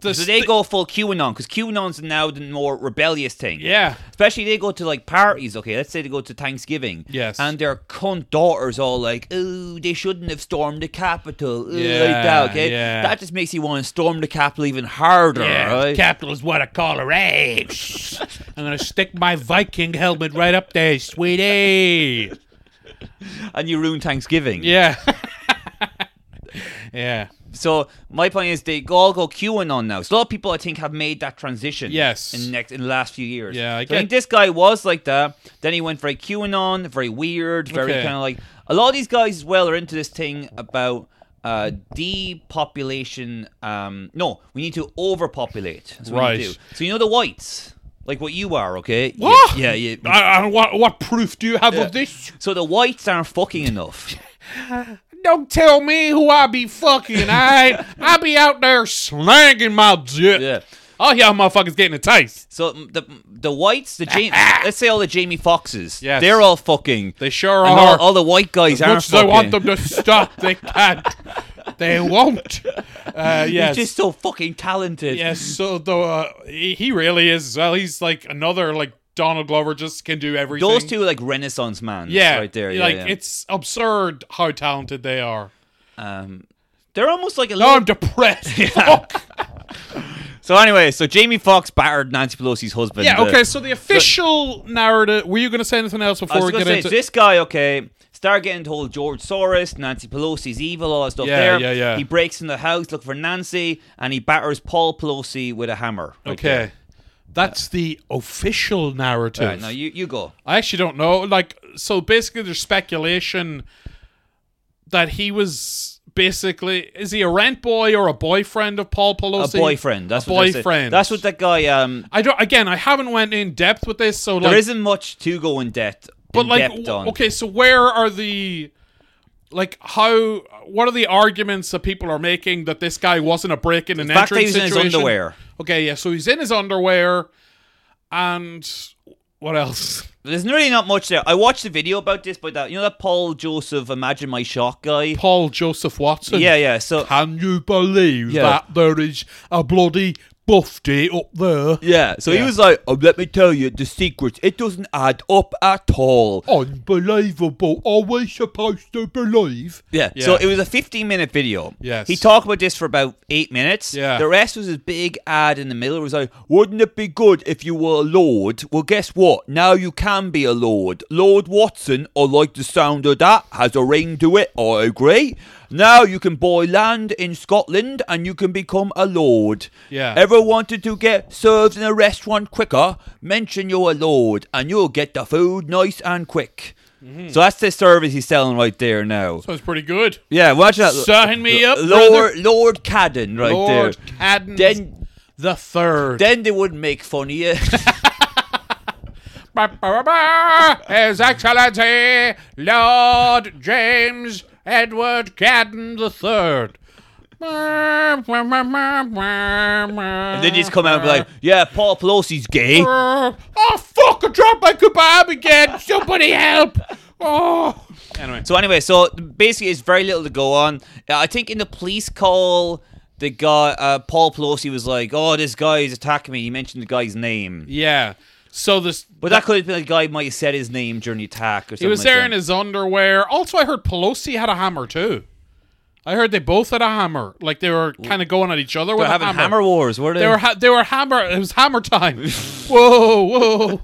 the
So they
sti-
go full QAnon because QAnon's now the more rebellious thing.
Yeah.
Especially they go to like parties, okay? Let's say they go to Thanksgiving.
Yes.
And their cunt daughters all like, ooh, they shouldn't have stormed the Capitol. Ooh, like
Yeah,
that, okay?
yeah.
That just makes you want to storm the Capitol even harder, right?
capital is what I call a rage. I'm gonna stick my Viking helmet right up there, sweetie.
and you ruin Thanksgiving.
Yeah. yeah.
So my point is they all go QAnon now. So a lot of people I think have made that transition.
Yes.
In next in the last few years.
Yeah, I
So I think
get-
this guy was like that. Then he went very QAnon, very weird, very
Okay.
kind of like a lot of these guys as well are into this thing about uh depopulation um no, we need to overpopulate. That's what we need to
Right.
do. So you know the whites. Like what you are, okay? Yeah,
What?
Yeah, yeah.
I, I- what, what proof do you have of this?
So the whites aren't fucking enough.
Don't tell me who I be fucking. I I be out there slanging my dick.
Yeah.
Oh yeah, motherfuckers getting a taste.
So mm, the the whites, the Jamie, let's say all the Jamie Foxes,
Yes.
they're all fucking.
They sure
And all,
are.
all the white guys aren't
Much as I
Oh, fucking.
want them to stop, they can't. They won't. Uh, yes.
He's just so fucking talented.
Yes, so though uh, he he really is as well. He's like another like Donald Glover just can do everything.
Those two are like Renaissance man.
yeah,
right there.
Like
yeah, yeah.
it's absurd how talented they are.
um, they're almost like a
Now
little.
I'm depressed. Oh, Fuck.
so anyway, so Jamie Fox battered Nancy Pelosi's husband.
Yeah.
uh,
Okay. So the official narrative. Were you going to say anything else
I
before
was
we
gonna
get
say
into?
this guy. Okay, start getting told George Soros, Nancy Pelosi's evil, all that stuff.
Yeah,
there.
yeah, yeah.
He breaks in the house, look for Nancy, and he batters Paul Pelosi with a hammer. right there.
okay. That's the official narrative.
Right, now you you go.
I actually don't know. Like, so basically, there's speculation that he was basically is he a rent boy or a boyfriend of Paul
A
Pelosi?
boyfriend. That's
a
what they said.
boyfriend.
That's what that guy. Um,
I don't. Again, I haven't went in depth with this, so
there
like,
isn't much to go in depth.
but
in
like,
depth
w-
on.
okay, so where are the, like, how? What are the arguments that people are making that this guy wasn't a break in an
fact that
entrance
he was in his
situation?
underwear.
Okay, yeah, so he's in his underwear, and what else?
There's really not much there. I watched a video about this, but that you know that Paul Joseph Imagine My Shock guy.
Paul Joseph Watson.
Yeah, yeah. So
Can you believe
Yeah.
that there is a bloody buffy up there
yeah, so he
Yeah.
was like, oh, "Let me tell you the secret. It doesn't add up at all."
Unbelievable. Are we supposed to believe?
Yeah.
Yeah.
So it was a 15 minute video.
Yes.
He talked about this for about eight minutes.
Yeah.
The rest was his big ad in the middle. It was like, wouldn't it be good if you were a lord? Well, guess what? Now you can be a lord. Lord Watson, I like the sound of that, has a ring to it. I agree. Now you can buy land in Scotland and you can become a lord.
Yeah.
Ever wanted to get served in a restaurant quicker? Mention you're a lord and you'll get the food nice and quick.
Mm-hmm.
So that's the service he's selling right there now.
That was pretty good.
Yeah, watch that.
Sign me up,
Lord Lord Cadden, right
Lord
there.
Cadden
Then,
the third.
then they would make fun of you.
Ba, ba, ba, ba. His Excellency Lord James Edward Cadden the third. And
and then just come out and be like, "Yeah, Paul Pelosi's gay."
"Oh fuck! I dropped my kebab again. Somebody help!" Oh. Anyway,
So anyway, so basically, it's very little to go on. Uh, I think in the police call, the guy uh, Paul Pelosi was like, "Oh, this guy is attacking me." He mentioned the guy's name,
yeah. So this
but that could have been the guy might have said his name during the attack or something.
He was
like
there
that.
in his underwear. Also, I heard Pelosi had a hammer too. I heard they both had a hammer. Like they were kind of going at each other
They're
with a
having hammer. wars. Were they?
They were ha- they were hammer. It was hammer time. whoa, whoa.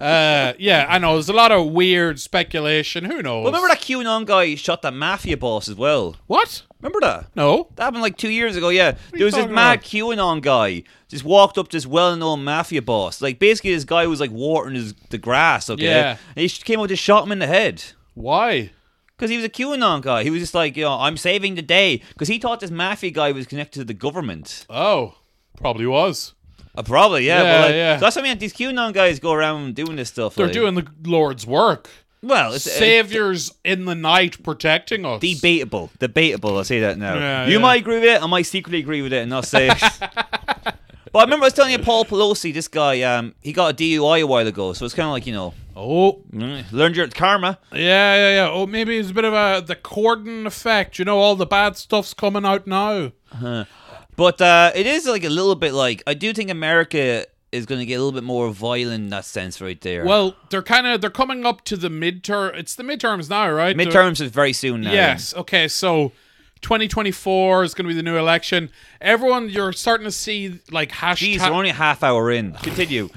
Uh, yeah, I know. There's a lot of weird speculation. Who knows?
Well, remember that QAnon guy shot that mafia boss as well.
What?
Remember that?
No.
That happened like two years ago, yeah. There was this
talking
mad
about?
QAnon guy just walked up to this well known mafia boss. Like, basically, this guy was like watering his, the grass, okay?
Yeah.
And he just came out and shot him in the head.
Why?
Because he was a QAnon guy. He was just like, you know, I'm saving the day. Because he thought this mafia guy was connected to the government.
Oh, probably was.
Uh, probably, yeah.
Yeah,
but, like,
yeah.
So that's what I mean. These QAnon guys go around doing this stuff.
They're
like- Uh,
doing the Lord's work.
Well, it's, it's
Saviors in the night protecting us.
Debatable. Debatable. I'll say that now.
Yeah,
you
yeah.
might agree with it. I might secretly agree with it and not say it. but I remember I was telling you, Paul Pelosi, this guy, um, he got a DUI a while ago. So it's kind of like, you know,
oh,
mm, learned your karma.
yeah, yeah, yeah. Oh, maybe it's a bit of a the Corden effect. You know, all the bad stuff's coming out now.
But uh, it is like a little bit like, I do think America is going to get a little bit more violent in that sense right there.
Well, they're kind of they're coming up to the midterm. It's the midterms now, right? They're-
midterms is very soon now.
Yes. Okay. So 2024 is going to be the new election. Everyone, you're starting to see like
Jeez,
hashtag
we're only a half hour in. Continue.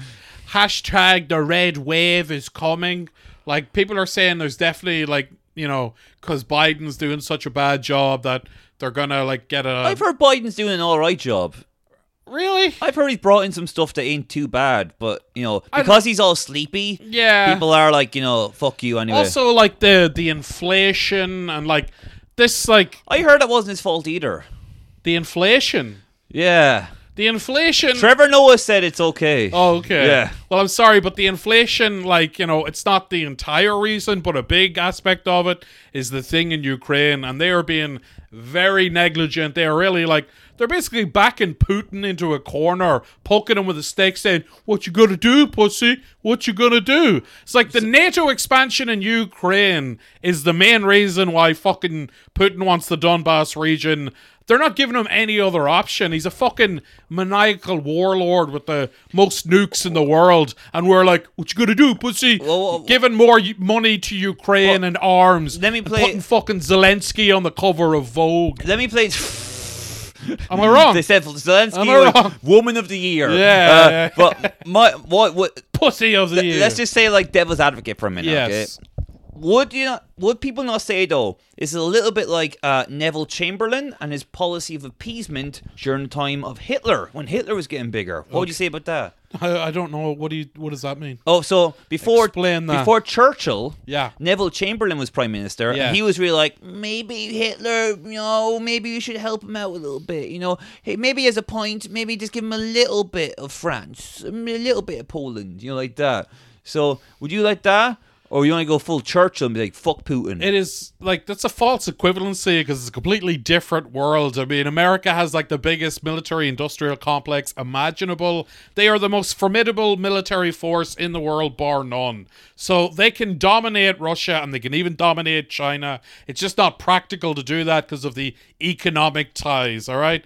hashtag the red wave is coming. Like people are saying, there's definitely like you know because Biden's doing such a bad job that they're gonna like get a
I've heard Biden's doing an all right job.
really.
I've heard he's brought in some stuff that ain't too bad, but you know, because he's all sleepy,
Yeah.
people are like, you know, fuck you anyway.
Also, like the the inflation and like this like
I heard it wasn't his fault either.
the inflation,
Yeah,
the inflation.
Trevor Noah said it's okay.
Oh, okay.
Yeah.
Well, I'm sorry, but the inflation, like, you know, it's not the entire reason, but a big aspect of it is the thing in Ukraine, and they are being very negligent. They are really like, they're basically backing Putin into a corner, poking him with a stake, saying, What you gonna do, pussy? What you gonna do? It's like the NATO expansion in Ukraine is the main reason why fucking Putin wants the Donbass region. They're not giving him any other option. He's a fucking maniacal warlord with the most nukes in the world, and we're like, "What you gonna do, pussy?"
Well, well,
giving more y- money to Ukraine and arms.
let me
and
play-
putting fucking Zelensky on the cover of Vogue.
Let me play.
Am I wrong?
They said Zelensky
Am I
was
wrong?
Woman of the Year. Uh,
Yeah, yeah.
But my what what?
Pussy of the year.
Let's just say like devil's advocate for a minute. Okay?
yes.
Would you not, would people not say though? It's a little bit like uh, Neville Chamberlain and his policy of appeasement during the time of Hitler when Hitler was getting bigger. What would you say about that?
I, I don't know what do you, what does that mean?
Oh, so before
Explain that.
before Churchill,
Yeah.
Neville Chamberlain was prime minister,
Yeah.
and he was really like, maybe Hitler, you know, maybe you should help him out a little bit, you know, hey, maybe he has a point, maybe just give him a little bit of France, a m- little bit of Poland, you know, like that. So would you like that, or you want to go full Churchill and be like, fuck Putin?
it is like that's a false equivalency because it's a completely different world. I mean, America has like the biggest military industrial complex imaginable. They are the most formidable military force in the world, bar none. So they can dominate Russia and they can even dominate China. It's just not practical to do that because of the economic ties, all right?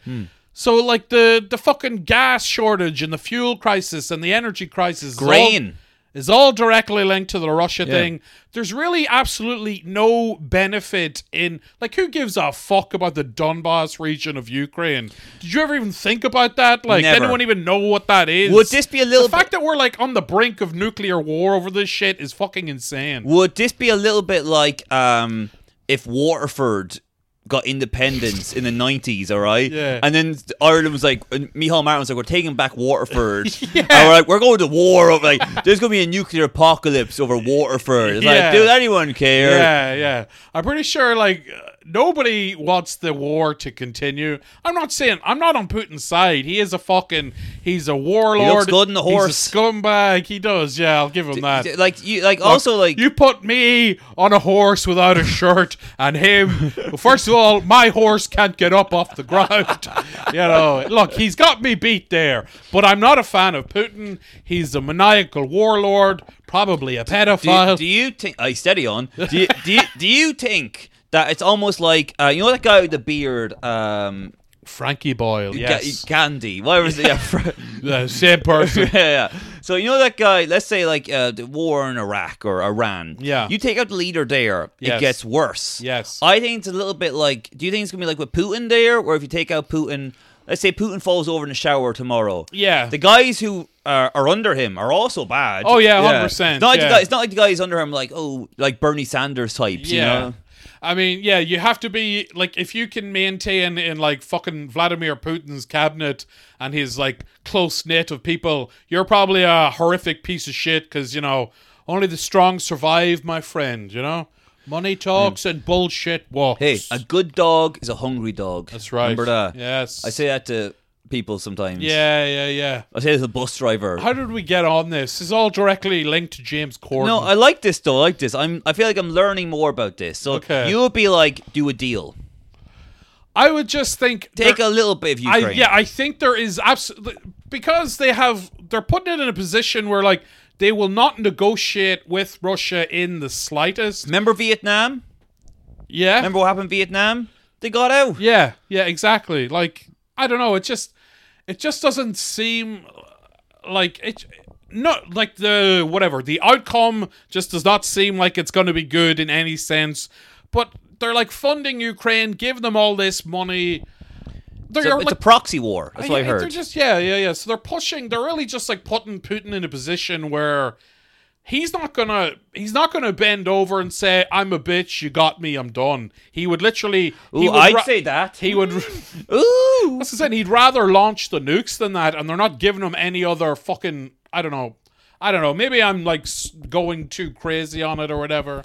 So like the the fucking gas shortage and the fuel crisis and the energy crisis is all-
Grain.
is all directly linked to the Russia
Yeah.
thing. There's really absolutely no benefit in like who gives a fuck about the Donbass region of Ukraine? Did you ever even think about that? Like
Never.
anyone even know what that is?
Would this be a little
The fact that we're like on the brink of nuclear war over this shit is fucking insane.
Would this be a little bit like um, if Waterford got independence in the 90s, all right?
Yeah.
And then Ireland was like, and Micheál Martin was like, we're taking back Waterford. And we're like, we're going to war. Over, like, there's going to be a nuclear apocalypse over Waterford. It's
Yeah.
like, dude, anyone care?
Yeah, yeah. I'm pretty sure like uh, nobody wants the war to continue. I'm not saying I'm not on Putin's side. He is a fucking he's a warlord.
good on the horse.
He's a scumbag. He does. Yeah, I'll give him that.
Like you, like also like
you put me on a horse without a shirt and him first of all my horse can't get up off the ground you know look he's got me beat there but i'm not a fan of putin he's a maniacal warlord probably a
Do you,
pedophile
do you think? I steady on. Do you, do you do you think that it's almost like uh, you know that guy with the beard? Um,
Frankie Boyle,
Ga-
yes.
Gandhi. Whatever. it is, Yeah. Fra-
the same person.
yeah, yeah. So you know that guy. Let's say like uh, the war in Iraq or Iran.
Yeah.
You take out the leader there,
Yes.
it gets worse.
Yes.
I think it's a little bit like. Do you think it's gonna be like with Putin there, or if you take out Putin, let's say Putin falls over in the shower tomorrow.
Yeah.
The guys who are, are under him are also bad.
Oh, yeah, 100%,
It's not like the
yeah.
guy- it's not like the guys under him like oh like Bernie Sanders types. You know?
I mean, yeah, you have to be like if you can maintain in like fucking Vladimir Putin's cabinet and his like close knit of people, you're probably a horrific piece of shit because you know only the strong survive, my friend. You know, money talks and bullshit walks.
Hmm. Hey, a good dog is a hungry dog.
that's right.
Remember that.
Yes.
I say that to people sometimes.
Yeah, yeah, yeah.
I say that to the bus driver.
How did we get on this? This is all directly linked to James Corden.
No, I like this though. I like this. I'm. I feel like I'm learning more about this. So
Okay.
you would be like, do a deal.
I would just think
Take
there-
a little bit of
I,
Ukraine.
yeah, I think there is absolutely because they have they're putting it in a position where like they will not negotiate with Russia in the slightest.
Remember Vietnam?
Yeah,
Remember what happened in Vietnam? They got out.
yeah, yeah, exactly. Like I don't know, it just it just doesn't seem like it. Not like the whatever the outcome just does not seem like it's going to be good in any sense. But they're like funding Ukraine, giving them all this money. They're
It's, a,
like,
it's a proxy war. That's what I
Yeah, They're
heard.
just yeah, yeah, yeah. So they're pushing. They're really just like putting Putin in a position where he's not gonna he's not gonna bend over and say I'm a bitch. You got me. I'm done. He would literally. he
Ooh,
would
I'd
ra-
say that.
he would.
Ooh.
That's the thing. He'd rather launch the nukes than that, and they're not giving him any other fucking. I don't know. I don't know. Maybe I'm like s- going too crazy on it or whatever.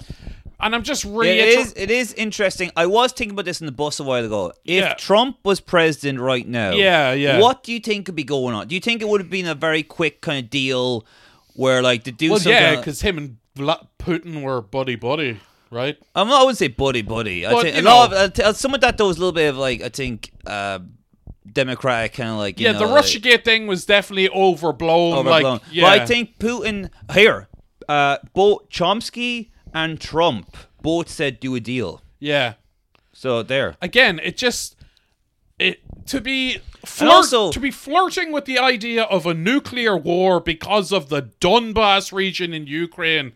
And I'm just
It
reiterating.
is. It is interesting. I was thinking about this in the bus a while ago. If
Yeah.
Trump was president right now,
Yeah, yeah.
What do you think could be going on? Do you think it would have been a very quick kind of deal where like to do
well,
something?
yeah, because him and Vla- Putin were buddy buddy, right?
I'm not, I wouldn't say buddy buddy. I
But,
think a
you
lot
know-
of, I t- some of that though was a little bit of like I think uh, democratic kind of like you
Yeah,
know,
the
like,
Russiagate thing was definitely overblown.
overblown.
Like, yeah,
But I think Putin here, uh, both Chomsky and Trump both said do a deal.
yeah.
So there.
Again, it just it to be flirt,
also-
to be flirting with the idea of a nuclear war because of the Donbass region in Ukraine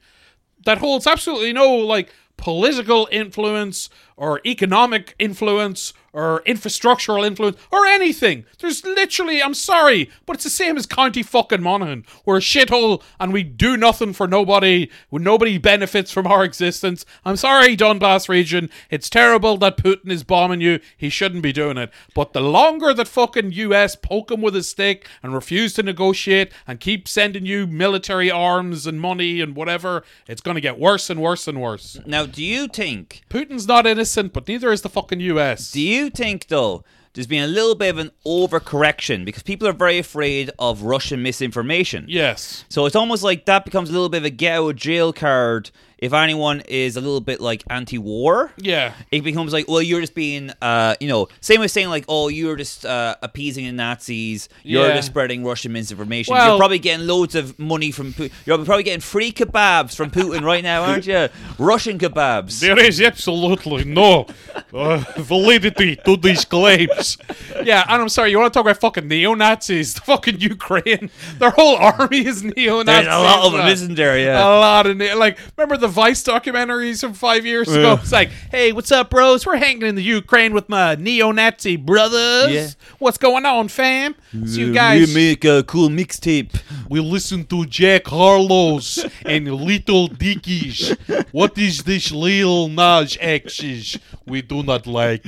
that holds absolutely no like political influence or economic influence or infrastructural influence or anything. There's literally, I'm sorry, but it's the same as County fucking Monaghan. We're a shithole and we do nothing for nobody. When nobody benefits from our existence. I'm sorry, Donbass region. It's terrible that Putin is bombing you. He shouldn't be doing it. But the longer that fucking US poke him with a stick and refuse to negotiate and keep sending you military arms and money and whatever, it's going to get worse and worse and worse.
Now, do you think?
Putin's not innocent, but neither is the fucking US.
Do you think though? There's been a little bit of an overcorrection because people are very afraid of Russian misinformation.
yes.
So it's almost like that becomes a little bit of a get out of jail card if anyone is a little bit like anti-war.
Yeah.
it becomes like, well, you're just being, uh, you know, same with saying like, oh, you're just uh, appeasing the Nazis, you're
Yeah.
just spreading Russian misinformation.
Well-
you're probably getting loads of money from Putin. You're probably getting free kebabs from Putin right now, aren't you? Russian kebabs.
There is absolutely no uh, validity to these claims. Yeah, and I'm sorry, you want to talk about fucking neo Nazis? The fucking Ukraine, their whole army is neo
There's
Nazis.
a lot of them, isn't there? Yeah.
A lot of ne- like, remember the Vice documentaries from five years ago? It's like, hey, what's up, bros? We're hanging in the Ukraine with my neo-Nazi brothers.
Yeah.
What's going on, fam? So you guys,
make a cool mixtape.
we listen to Jack Harlow's and Little Dickies. What is this Lil Nas X's? We do not like.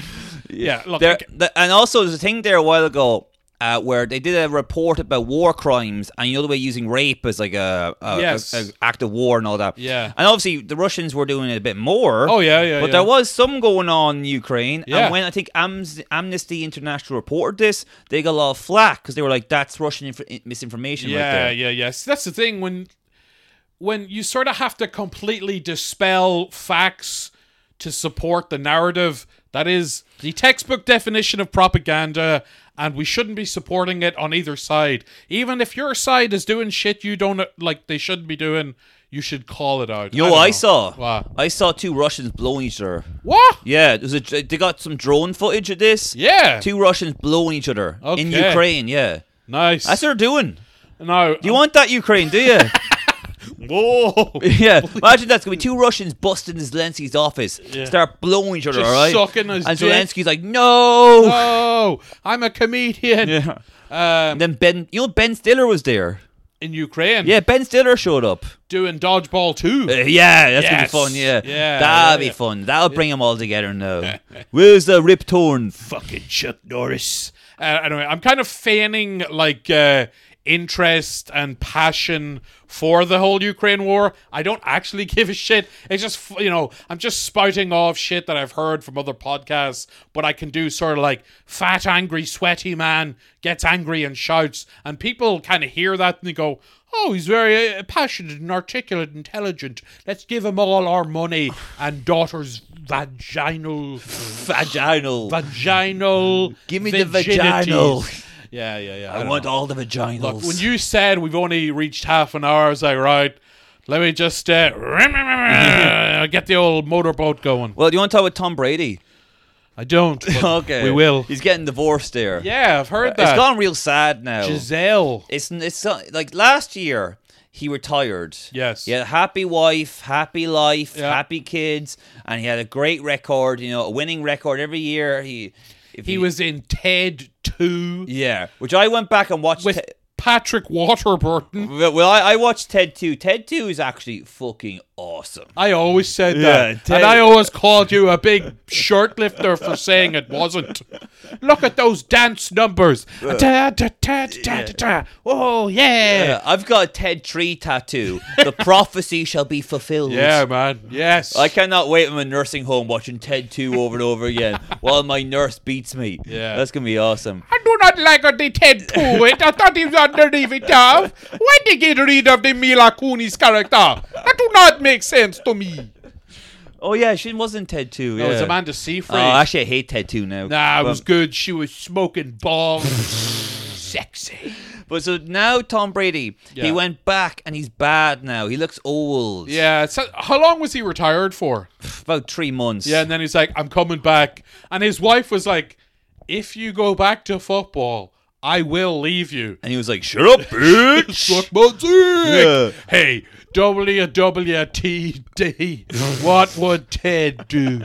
Yeah, look,
There,
okay,
the, and also there's a thing there a while ago. Uh, where they did a report about war crimes, and you know the way using rape as like a, a, a-
Yes.
a act of war and all that.
Yeah.
and obviously the Russians were doing it a bit more.
Oh, yeah, yeah,
But
yeah.
there was some going on in Ukraine,
Yeah.
and when I think Ams- Amnesty International reported this, they got a lot of flack because they were like, "That's Russian inf- misinformation." right
yeah,
there.
yeah, yes. That's the thing when when you sort of have to completely dispel facts to support the narrative. That is the textbook definition of propaganda, and we shouldn't be supporting it on either side. Even if your side is doing shit you don't like, they shouldn't be doing. You should call it out.
Yo,
don't
I,
know.
saw.
What?
I saw two Russians blowing each other.
What?
Yeah, there's a, they got some drone footage of this.
Yeah.
Two Russians blowing each other in
Okay.
Ukraine. Yeah,
Nice.
that's what they're doing.
no.
Do you want that Ukraine? Do you?
Whoa.
yeah. Imagine that's gonna be two Russians busting Zelensky's office, start blowing each other,
Just
right?
sucking his
and
dick.
Zelensky's like, no.
Oh, I'm a comedian.
Yeah.
Um,
And then Ben, you know, Ben Stiller was there.
in Ukraine.
Yeah, Ben Stiller showed up.
Doing dodgeball too.
Uh, yeah, that's
Yes.
gonna be fun. Yeah,
Yeah,
that'll
yeah,
be
yeah.
fun. That'll bring them all together now. Where's the Rip Torn?
fucking Chuck Norris. Uh, anyway, I'm kind of feigning like uh, interest and passion for the whole Ukraine war. I don't actually give a shit. It's just f- you know I'm just spouting off shit that I've heard from other podcasts, but I can do sort of like fat, angry, sweaty man gets angry and shouts, and people kind of hear that and they go. Oh, he's very uh, passionate and articulate, intelligent. Let's give him all our money and daughter's vaginal
Vaginal.
vaginal.
Give me the
virginities.
vaginal.
Yeah, yeah, yeah.
I
don't
want
know.
all the vaginals.
Look, when you said we've only reached half an hour, I was like, right, let me just uh, get the old motorboat going.
well, do you want to talk with Tom Brady?
I don't. but
Okay,
We will.
He's getting divorced there.
Yeah, I've heard
it's
that.
gone real sad now.
Giselle.
It's it's uh, like last year he retired.
Yes.
He had a happy wife, happy life,
Yeah.
happy kids, and he had a great record. You know, a winning record every year. He if
He was in Ted 2
yeah. Which I went back and watched.
with
Te-
Patrick Waterburton.
well, well, I, I watched Ted Two. Ted Two is actually fucking awesome.
I always said
Yeah,
that.
Ted-
and I always called you a big shirt lifter for saying it wasn't. Look at those dance numbers. Da, da, da, da, da, da. Oh, yeah.
Yeah, Uh, I've got a Ted Three tattoo. the prophecy shall be fulfilled.
Yeah, man. Yes.
I cannot wait in a nursing home watching Ted 2 over and over again while my nurse beats me.
Yeah.
That's going to be awesome.
I do not like the Ted to it. I thought he was underneath it off. Why they get rid of the Mila Kunis character? That do not make sense to me.
Oh, yeah, she wasn't Ted 2.
No,
yeah.
it's Amanda Seyfried.
Oh, actually, I Um, hate Ted 2 now.
nah, it
but,
was good. She was smoking balls. Sexy.
But so now Tom Brady, he
Yeah.
went back and he's bad now. He looks old.
Yeah. So how long was he retired for?
About three months.
Yeah, and then he's like, I'm coming back. And his wife was like, If you go back to football, I will leave you.
And he was like, shut up, bitch.
Suck my dick.
Yeah.
Hey, WWTD, what would Ted do?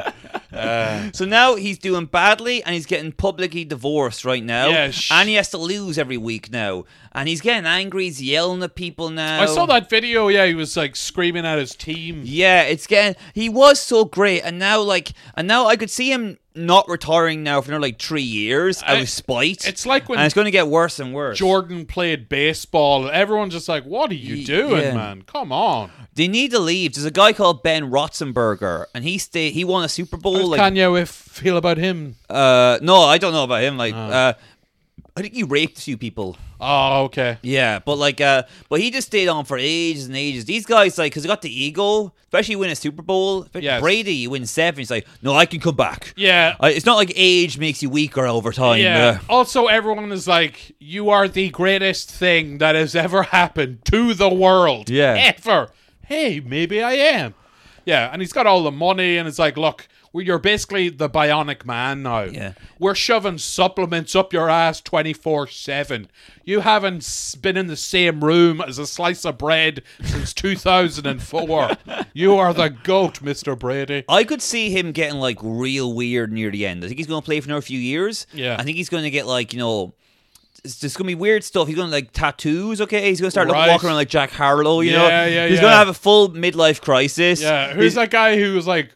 so now he's doing badly and he's getting publicly divorced right now.
Yeah, sh-
and he has to lose every week now. And he's getting angry. He's yelling at people now.
I saw that video. Yeah, he was like screaming at his team.
Yeah, it's getting. He was so great, and now like, and now I could see him not retiring now for another like three years out
I-
of spite.
It's like
and
when
it's going to get worse and worse.
Jordan played baseball. Everyone's just like, What are
Y-
you doing,
yeah.
man? Come on.
They need to leave. There's a guy called Ben Rotzenberger, and he stayed. He won a Super Bowl.
How does
like,
Kanye West feel about him?
uh, no, I don't know about him. Like, uh, I think he raped a few people.
Oh, okay.
Yeah, but like, uh, but he just stayed on for ages and ages. These guys, like, because they got the ego, especially you win a Super Bowl. But
Yes.
Brady, you win seven. He's like, no, I can come back.
Yeah.
Uh, it's not like age makes you weaker over time.
Yeah.
uh,
Also, everyone is like, "You are the greatest thing that has ever happened to the world,
Yeah.
ever." Hey, maybe I am. Yeah, and he's got all the money, and it's like, look, we- you're basically the Bionic Man now.
Yeah.
we're shoving supplements up your ass twenty four seven. You haven't s- been in the same room as a slice of bread since two thousand and four. you are the goat, Mister Brady.
Uh, I could see him getting like real weird near the end. I think he's going to play for another few years.
Yeah.
I think he's going to get like you know, it's just going to be weird stuff. He's going to like tattoos. Okay, he's going to start looking
Right.
walking around like Jack Harlow. You know,
Yeah, yeah,
he's
yeah.
going to have a full midlife crisis.
Yeah, who's that guy who was like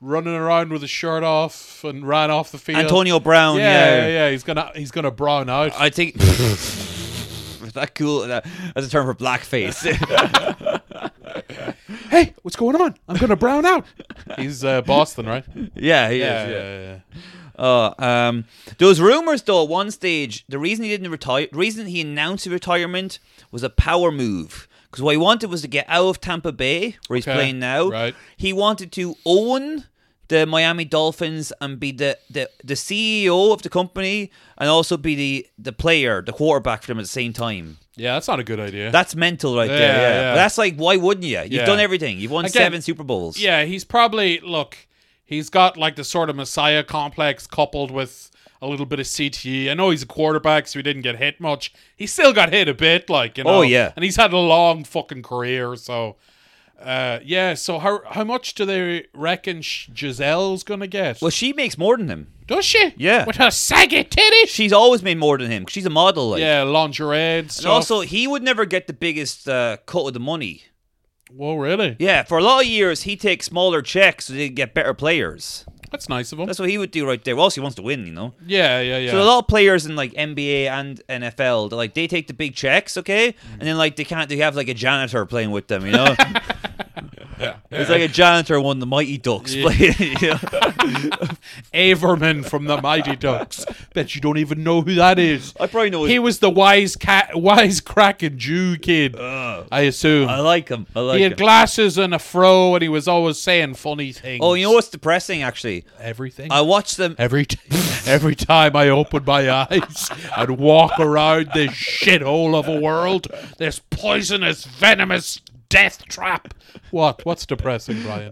running around with his shirt off and ran off the field?
Antonio Brown?
Yeah,
Yeah,
yeah, yeah. He's gonna he's gonna brown out.
I think. Is that cool? That- That's a term for blackface.
hey, what's going on? I'm gonna brown out. he's uh, Boston, right?
yeah, he
Yeah,
is. Yeah.
yeah, yeah.
Oh, um, there was rumors though. At one stage, the reason he didn't retire, the reason he announced his retirement was a power move. Because what he wanted was to get out of Tampa Bay, where he's
Okay,
playing now.
right.
He wanted to own the Miami Dolphins and be the, the, the CEO of the company and also be the, the player, the quarterback for them at the same time.
Yeah, that's not a good idea.
That's mental right there.
Yeah,
Yeah.
yeah.
But that's like, why wouldn't you? You've
Yeah.
done everything. You've won
Again,
seven Super Bowls.
yeah, he's probably look. He's got like the sort of messiah complex coupled with a little bit of CTE. I know he's a quarterback, so he didn't get hit much. He still got hit a bit, like you know.
Oh, yeah.
and he's had a long fucking career. So, uh, yeah. So how how much do they reckon Sh- Giselle's gonna get?
Well, she makes more than him.
Does she?
Yeah.
with her saggy titties.
She's always made more than him 'cause she's a model. Like.
Yeah, lingerie. And
And also, he would never get the biggest uh, cut of the money.
whoa, really?
Yeah, for a lot of years, he takes smaller checks so they can get better players.
That's nice of him.
That's what he would do right there. Well, also, he wants to win, you know.
yeah, yeah, yeah.
So a lot of players in like NBA and NFL, they're like they take the big checks, okay,
Mm.
and then like they can't. They have like a janitor playing with them, you know. It's like a janitor won the Mighty Ducks. Playing, you know?
Averman from the Mighty Ducks. Bet you don't even know who that is.
I probably know.
He
He,
was the wise cat, wise cracking Jew kid. I assume
Ah. I like him. I like
he
him.
had glasses and a fro, and he was always saying funny things.
oh, you know what's depressing? Actually,
everything.
I watched them.
every t- every time I open my eyes and walk around this shithole of a world, this poisonous, venomous death trap. What? What's depressing, Brian?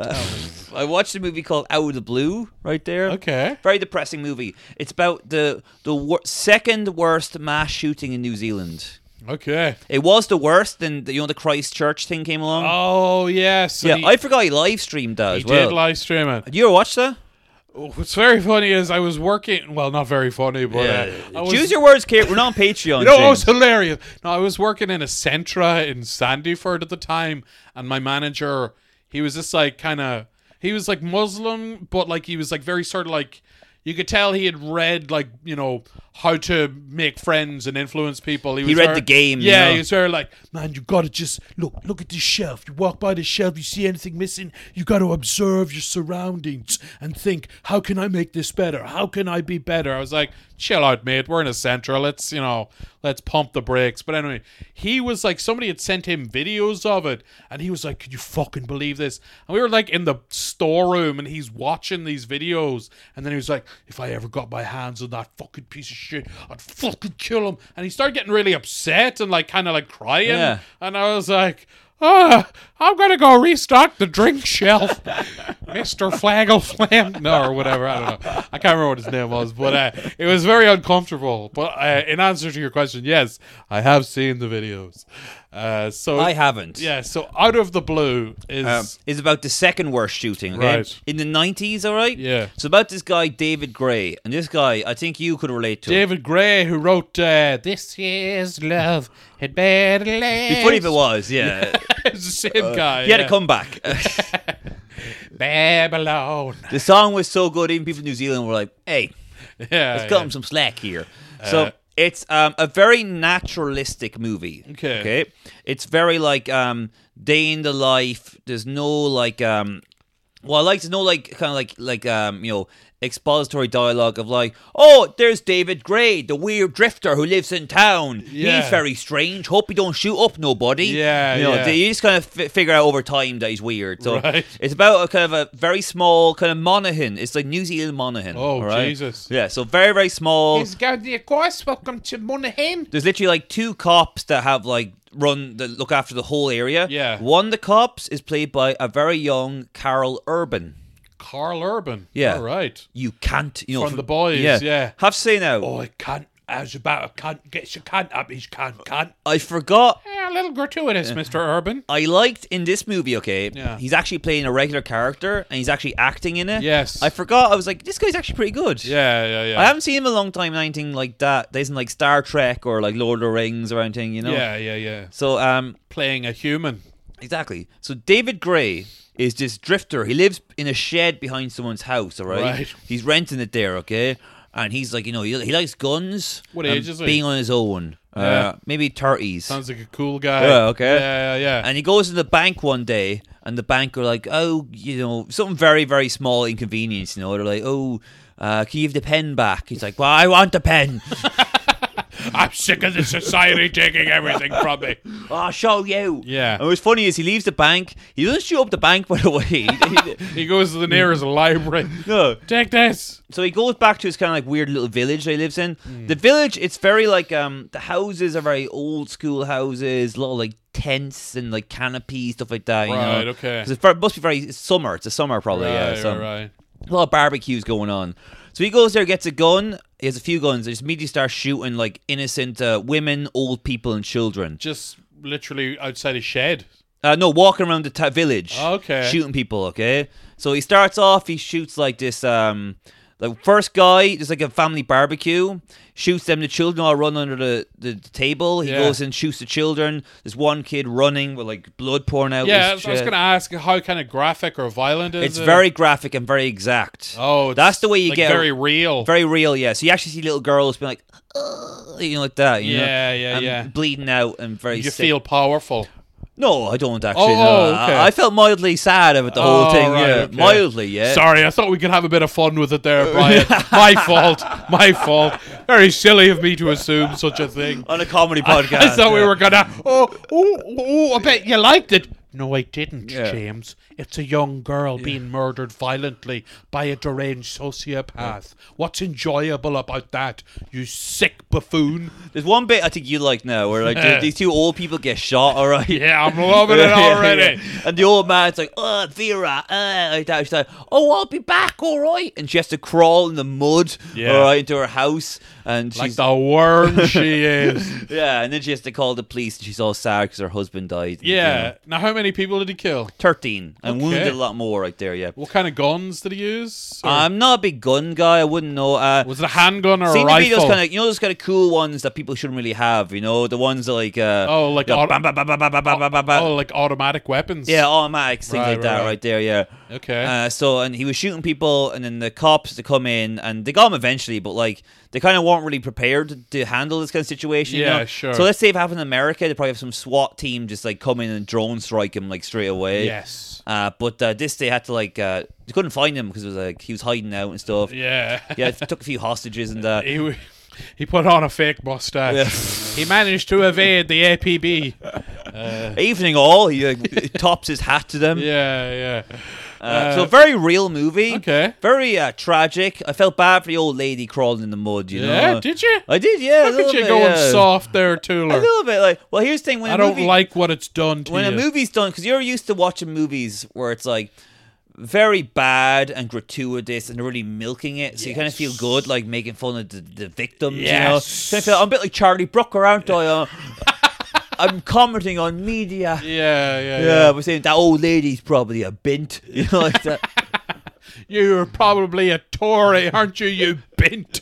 I watched a movie called Out of the Blue. Right there.
okay.
Very depressing movie. It's about the the wor- second worst mass shooting in New Zealand.
Okay.
It was the worst, and the, you know the Christchurch thing came along.
Oh yes.
yeah,
and he,
I forgot he live streamed that
he
as well.
did live stream it.
Did you ever watch that?
What's very funny is I was working. Well, not very funny, but uh, I was,
Choose your words, Kate. We're not on Patreon.
No, it
James.
was hilarious. No, I was working in a Centra in Sandyford at the time, and my manager, he was just like kind of, he was like Muslim, but like he was like very sort of like, you could tell he had read like you know how to make friends and influence people. He, was
read
very-
the game, you
Yeah,
know?
he was very like, man, you gotta just look, look at this shelf. You walk by the shelf, you see anything missing, you gotta observe your surroundings and think, how can I make this better? How can I be better? I was like, chill out, mate. We're in a central. Let's you know, let's pump the brakes. But anyway, he was like, somebody had sent him videos of it, and he was like, can you fucking believe this? And we were like in the storeroom, and he's watching these videos, and then he was like, if I ever got my hands on that fucking piece of shit, I'd fucking kill him. And he started getting really upset and like kind of like crying.
Yeah.
And I was like, oh, I'm going to go restock the drink shelf. Mr. Flaggle Flam. No, or whatever. I don't know. I can't remember what his name was, but uh, it was very uncomfortable. But uh, in answer to your question, yes, I have seen the videos. Uh, so,
I haven't.
yeah, so Out of the Blue is.
Is about the second worst shooting, okay?
Right.
In the nineties, all right?
Yeah.
It's about this guy David Gray, and this guy I think you could relate to. him.
David Gray, who wrote uh, "This Is Love," had better
It'd be funny if it was, yeah.
it's the same guy.
Uh, He had
yeah.
a comeback.
Babylon.
the song was so good, even people in New Zealand were like, "Hey,
Yeah,
let's cut
yeah.
him some slack here."
Uh,
so it's um, a very naturalistic movie.
Okay.
Okay. It's very like um, day in the life. There's no like um, well, I like to know like kind of like like um, you know expository dialogue of like, oh, there's David Gray, the weird drifter who lives in town.
Yeah.
He's very strange. Hope he don't shoot up nobody.
Yeah,
you know,
yeah.
they- you just kind of f- figure out over time that he's weird. So
Right.
it's about a kind of a very small kind of Monaghan. It's like New Zealand Monaghan.
Oh,
all right?
Jesus.
Yeah, so very very small.
going the course. Welcome to Monaghan.
There's literally like two cops that have like run that look after the whole area.
Yeah.
One of the cops is played by a very young Carol Urban.
Carl Urban.
Yeah.
All right.
You can't, you know,
From the boys, yeah.
Have seen now.
Oh, I can't. I was about a cunt. Get your cunt up. He's cunt, cunt.
I forgot.
Yeah, a little gratuitous, Mr. Urban.
I liked in this movie. Okay,
Yeah.
he's actually playing a regular character and he's actually acting in it.
Yes.
I forgot. I was like, this guy's actually pretty good.
Yeah, yeah, yeah.
I haven't seen him in a long time. Anything like that. There isn't like Star Trek or like Lord of the Rings or anything. You know.
Yeah, yeah, yeah.
So um,
Playing a human.
Exactly. So David Gray is this drifter. He lives in a shed behind someone's house. All right.
Right.
He's renting it there. Okay. And he's like, you know, he, he likes guns.
What
and
age is he?
Being on his own.
Yeah.
Uh, maybe thirties.
Sounds like a cool guy.
Yeah, okay.
Yeah, yeah, yeah.
And he goes to the bank one day, and the bank are like, oh, you know, something very, very small inconvenience. You know, they're like, oh, uh, can you give the pen back? He's like, well, I want the pen.
I'm sick of the society taking everything from me.
I'll show you.
Yeah.
And what's funny is he leaves the bank. He doesn't show up the bank, by the way. He- he-
He goes to the nearest library.
no.
Take this.
So he goes back to his kind of like weird little village that he lives in.
Hmm.
The village, it's very like um the houses are very old school houses, a lot of like tents and like canopies, stuff like that. You
Right,
know?
okay.
'Cause It ver- must be very it's summer. It's a summer probably.
Right,
yeah. So
right, right.
a lot of barbecues going on. So he goes there, gets a gun. He has a few guns. They just immediately start shooting like innocent uh, women, old people, and children.
Just literally outside his shed.
Uh, no, walking around the ta village.
Oh, Okay.
Shooting people, okay? So he starts off, he shoots like this. um the first guy, there's like a family barbecue, shoots them. The children all run under the, the, the table. He
Yeah.
goes and shoots the children. There's one kid running with like blood pouring out.
Yeah, I was, I
his
was
chest.
going to ask how kind of graphic or violent is
It's
it?
very graphic and very exact.
Oh, it's
that's the way you
like
get
very real.
very real. Yeah, so you actually see little girls being like, "Ugh," you know, like that. You know?
Yeah, yeah,
and
yeah.
bleeding out and very.
you
sick.
feel powerful.
No, I don't actually.
Oh,
no.
oh,
I-
okay.
I, felt mildly sad about the
Oh,
whole thing.
right,
yeah,
okay.
mildly. Yeah.
Sorry, I thought we could have a bit of fun with it there, Brian. my fault. My fault. Very silly of me to assume such a thing.
On a comedy podcast.
I thought we
yeah.
were gonna. Oh, oh, oh! I bet you liked it. No, I didn't,
Yeah.
James. It's a young girl being murdered violently by a deranged sociopath. What's enjoyable about that, you sick buffoon?
There's one bit I think you like now where like the- these two old people get shot. All right.
Yeah, I'm loving it
Yeah, yeah,
already.
yeah. And the old man's like, "Oh, Vera, uh, like that." She's like, "Oh, I'll be back, all right." And she has to crawl in the mud,
Yeah.
all right, into her house, and
Like
she's
the worm she is.
yeah, and then she has to call the police, and she's all sad because her husband died. and, you know.
Yeah. Now, how many people did he kill?
13 and wounded
Okay.
a lot more right there yeah
What kind of guns did he use? Or
i'm not a big gun guy i wouldn't know uh
was it a handgun or a
seem to be
rifle?
those kind of you know those kind of cool ones that people shouldn't really have you know the ones that like uh
Oh, like
you know,
auto-
bam, bam, bam, bam, bam, bam, bam, bam, bam.
oh, like automatic weapons.
yeah automatics things
Right,
like that
right,
right.
right.
there yeah
Okay.
uh, so and he was shooting people and then the cops to come in and they got him eventually but like they kind of weren't really prepared to, to handle this kind of situation you
Yeah,
know?
sure.
so let's say if it happened in america they probably have some swat team just like come in and drone strike him like straight away
yes.
Uh, but uh, this they had to like uh, they couldn't find him because it was like he was hiding out and stuff. Yeah,
Yeah.
it took a few hostages and uh,
He w- he put on a fake mustache. He managed to evade the APB.
evening all he like, tops his hat to them.
Yeah, yeah.
Uh, so very real movie.
Okay.
Very uh, tragic. I felt bad for the old lady crawling in the mud. You
Yeah,
know.
did you?
I did. Yeah. a
Look
little
at you
bit,
going
yeah.
soft there,
A
Tuller.
little bit like well here's the thing when
I
a
don't
movie,
like what it's done to
when
you.
a movie's done because you're used to watching movies where it's like very bad and gratuitous and really milking it so you kind of feel good like making fun of the, the victims
Yes.
you know so I feel, i'm a bit like charlie brooker aren't i Uh, i'm commenting on media yeah.
yeah, yeah, yeah,
we're saying that old lady's probably a bint you know like that
You're probably a Tory, aren't you, you bint?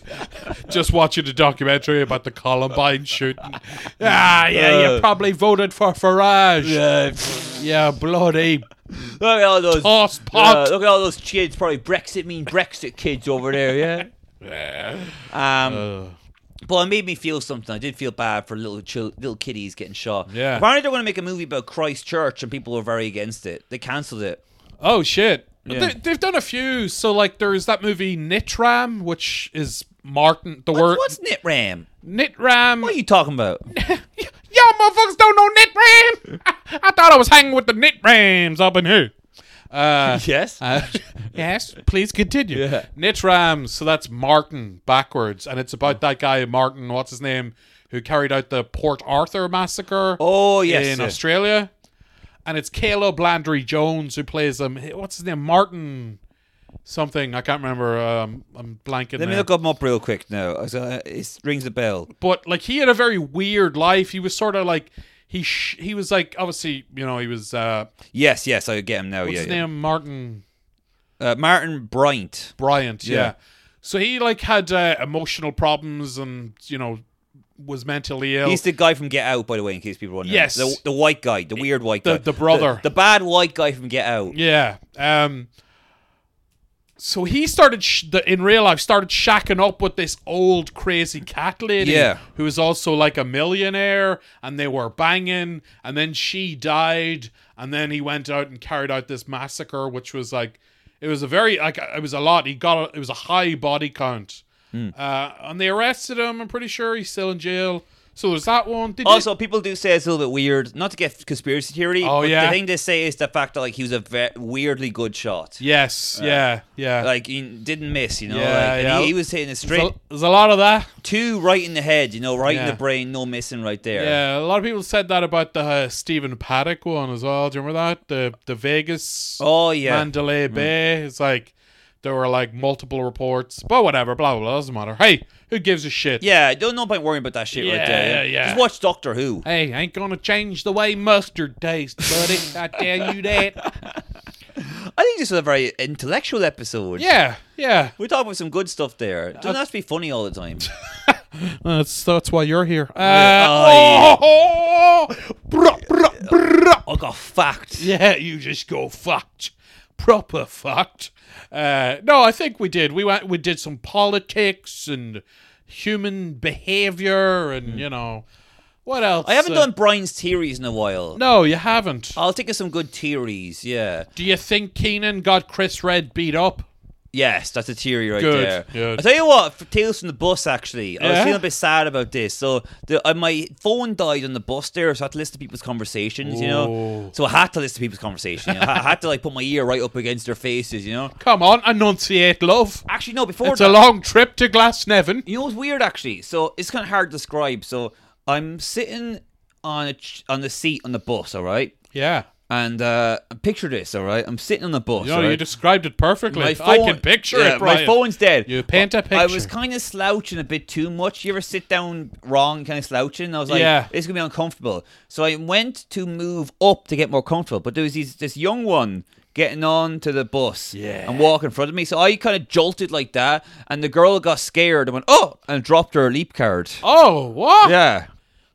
Just watching a documentary about the Columbine shooting. Ah, yeah, you
Uh.
probably voted for Farage.
yeah
Yeah, bloody
look at all those
toss
yeah,
pot.
look at all those kids probably brexit mean brexit kids over there yeah um
Uh.
But it made me feel something. I did feel bad for little chil- little kiddies getting shot.
Yeah.
Apparently, they're going to make a movie about Christchurch, and people were very against it. They cancelled it.
Oh shit!
Yeah.
They, they've done a few. So like, there's that movie Nitram, which is Martin. The word
What's Oh, Nitram?
Nitram.
What are you talking about?
Y'all motherfuckers don't know Nitram. I, I thought I was hanging with the Nitrams up in here. Uh,
yes.
uh, yes, please continue.
Yeah.
Nitram. So that's Martin backwards, and it's about that guy Martin. What's his name? Who carried out the Port Arthur massacre?
Oh, yes,
in
yeah.
Australia. And it's Caleb Landry Jones who plays him. What's his name? Martin something. I can't remember. Um, I'm blanking.
Let me
there.
look him up real quick now. I was, uh, It rings a bell.
But like he had a very weird life. He was sort of like he sh- he was like obviously you know he was uh,
Yes, yes, I get him now.
what's
yeah,
his
yeah.
name Martin
Uh, Martin Bryant.
Bryant. Yeah.
Yeah.
So he like had uh, emotional problems and you know was mentally ill.
He's the guy from Get Out, by the way, in case people wonder.
Yes.
The, the white guy, the weird white
the-
guy.
the brother.
The, bad white guy from Get Out.
Yeah. Um. So he started sh- the, in real life started shacking up with this old crazy cat lady,
Yeah.
who was also like a millionaire, and they were banging, and then she died, and then he went out and carried out this massacre, which was like, it was a very like it was a lot. He got a, it was a high body count,
Hmm.
Uh, and they arrested him. I'm pretty sure he's still in jail. So there's that one. Did you-
Also, people do say it's a little bit weird. Not to get conspiracy theory.
Oh,
but
yeah.
The thing they say is the fact that like he was a ve- weirdly good shot.
yes, yeah, yeah.
Uh, Like he didn't miss. You know.
Yeah,
like, and
yeah.
He, he was hitting
there's,
it straight.
a, there's a lot of that.
Two right in the head. You know, right in
Yeah.
the brain. No missing right there.
Yeah, a lot of people said that about the uh, Stephen Paddock one as well. Do you remember that? The the Vegas,
Oh yeah.
Mandalay Bay. It's like there were like multiple reports, but whatever. Blah blah. blah doesn't matter. Hey, who gives a shit?
Yeah, don't no point worrying about that shit
Yeah,
right there.
yeah.
Just watch Doctor Who.
Hey, ain't gonna change the way mustard tastes, buddy. I tell you that.
I think this was a very intellectual episode.
Yeah, Uh, yeah.
We're talking about some good stuff there. It doesn't have to be funny all the time.
That's that's why you're here. Uh,
Yeah.
oh, bruh, bruh, bruh.
I got fucked.
Yeah, you just go fucked, proper fucked. Uh, no, I think we did. We went. We did some politics and human behavior, and you know, what else?
Hmm. I haven't
Uh,
done Uh, Brian's theories in a while.
No, you haven't.
I'll think of some good theories, yeah.
Do you think Keenan got Chris Red beat up?
Yes, that's a theory right
Good,
there.
good.
I tell you what, for Tales from the Bus, actually. I was
Yeah?
feeling a bit sad about this. So the, uh, my phone died on the bus there, so I had to listen to people's conversations, you know?
Ooh.
So I had to listen to people's conversations. You know? I I had to like put my ear right up against their faces, you know?
Come on, enunciate, love.
Actually, no, before
It's
that,
a long trip to Glasnevin.
You know what's weird actually? So it's kind of hard to describe. So I'm sitting on a ch- on the seat on the bus, all right?
Yeah.
And uh, picture this, all right? I'm sitting on the bus.
No,
all
you
right?
described it perfectly.
My
I
phone-
can picture
yeah,
it, Brian.
My phone's dead.
You paint a
I
picture.
was kind of slouching a bit too much. You ever sit down wrong, kind of slouching? I was like,
Yeah.
this is going to be uncomfortable. So I went to move up to get more comfortable. But there was these, this young one getting on to the bus
Yeah.
and walking in front of me. So I kind of jolted like that. And the girl got scared and went, oh, and dropped her leap card.
Oh, what?
Yeah.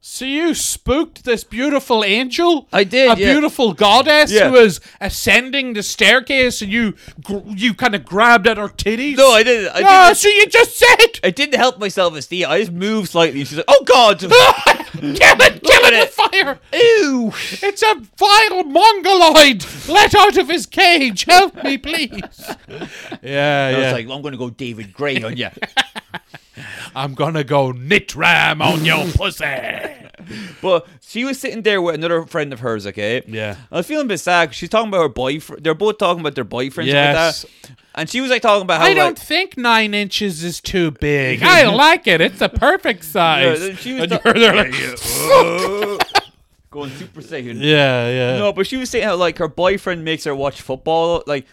So you spooked this beautiful angel?
I did,
A
yeah.
beautiful goddess
Yeah.
who was ascending the staircase, and you gr- you kind of grabbed at her titties.
No, I didn't. I
yeah,
didn't.
so you just said,
I didn't help myself esteem. I just moved slightly. and She's like, "Oh God,
"Kill it, kill
at
it with fire."
ew!"
It's a vile mongoloid let out of his cage. Help me, please. Yeah,
I
yeah.
was like, "I'm gonna go David Gray on you."
I'm gonna go nitram on your pussy.
but she was sitting there with another friend of hers. Okay,
Yeah.
I was feeling a bit sad. 'cause She's talking about her boyfriend. They're both talking about their boyfriends.
Yes.
Yes. Like that. And she was like talking about how
I don't
like,
think nine inches is too big. I like it. It's the perfect size.
Yeah, she was
And
not-
you're there like,
going super saiyan.
yeah, yeah.
No, but she was saying how like her boyfriend makes her watch football, like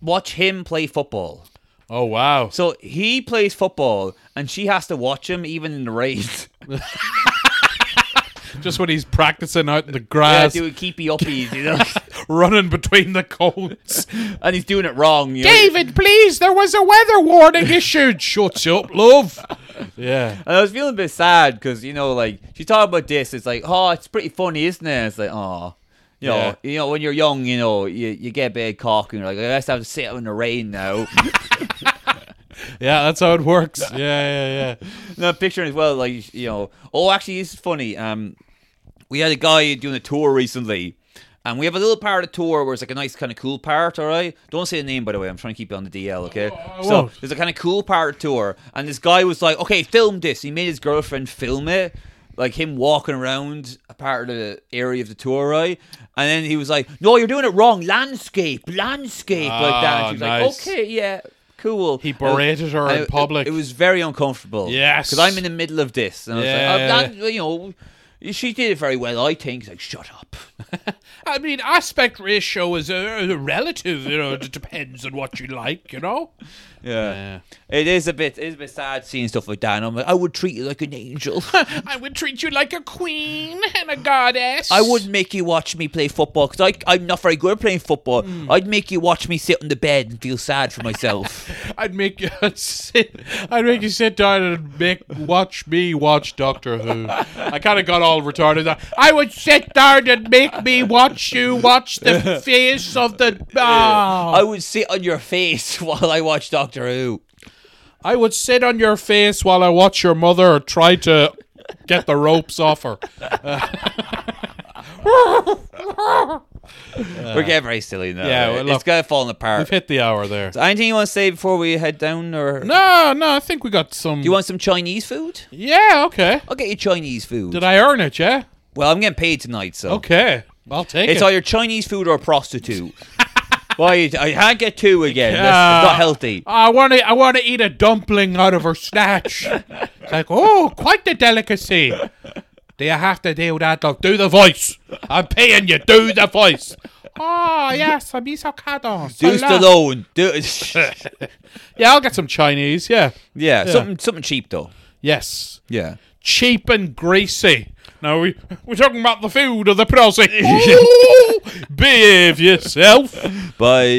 watch him play football.
Oh wow.
So he plays football, and she has to watch him even in the rain.
Just when he's practicing out in the
yeah,
grass,
doing keepy uppies, you know.
running between the cones.
and he's doing it wrong. You know?
David, please, there was a weather warning issued. Shut up, love. Yeah.
And I was feeling a bit sad because you know, like she talked about this. It's like, oh, it's pretty funny, isn't it? It's like, oh, you know,
Yeah.
you know, when you're young, you know, you, you get a bit cock and you're like, I guess I have to sit out in the rain now.
Yeah, that's how it works. Yeah, yeah, yeah.
and I'm picturing as well, like you know, oh, actually, it's funny. Um, we had a guy doing a tour recently. And we have a little part of the tour where it's like a nice kind of cool part, all right? Don't say the name, by the way. I'm trying to keep it on the DL, okay?
Oh, I
so
won't.
there's a kind of cool part of the tour. And this guy was like, okay, film this. He made his girlfriend film it, like him walking around a part of the area of the tour, right? And then he was like, no, you're doing it wrong. Landscape, landscape, like that. And
Ah,
she was
nice.
like, okay, yeah, cool.
He berated her
I-
in public.
It, was very uncomfortable.
Yes.
because I'm in the middle of this, and I was
Yeah.
like, I'm not- you know, she did it very well. I think. He's like, shut up.
I mean, aspect ratio is a, a relative, you know, it depends on what you like, you know? Yeah.
It is a bit. It is a bit sad seeing stuff like that. And I'm like, I would treat you like an angel.
I would treat you like a queen and a goddess.
I wouldn't make you watch me play football because I'm not very good at playing football.
Hmm.
I'd make you watch me sit on the bed and feel sad for myself.
I'd make you sit. I'd make you sit down and make watch me watch Doctor Who. I kind of got all retarded. I would sit down and make me watch you watch the face of the.
I
Oh.
would sit on your face while I watch Doctor Who.
I would sit on your face while I watch your mother try to get the ropes off her.
We're getting very silly now.
Yeah,
right?
well,
it's
look-
got falling apart.
We've hit the hour there.
So anything you want to say before we head down, or do
No, no, I think we got some.
you want some Chinese food?
Yeah, okay.
I'll get you Chinese food.
Did I earn it? Yeah.
well, I'm getting paid tonight, so
Okay, I'll take
it's
it.
either Chinese food or a prostitute. Well, you- I can't get two again. That's
Yeah.
not healthy.
I want to. I want to eat a dumpling out of her snatch. It's like, oh, quite the delicacy. Do you have to do that? Though? Do the voice. I'm paying you. Do the voice. Oh yes, I'm Isokado.
Do Stallone. Do
Yeah, I'll get some Chinese. Yeah.
yeah, something something cheap though.
Yes.
Yeah.
cheap and greasy. Now we we're talking about the food of the prosy. Ooh, behave yourself.
Bye.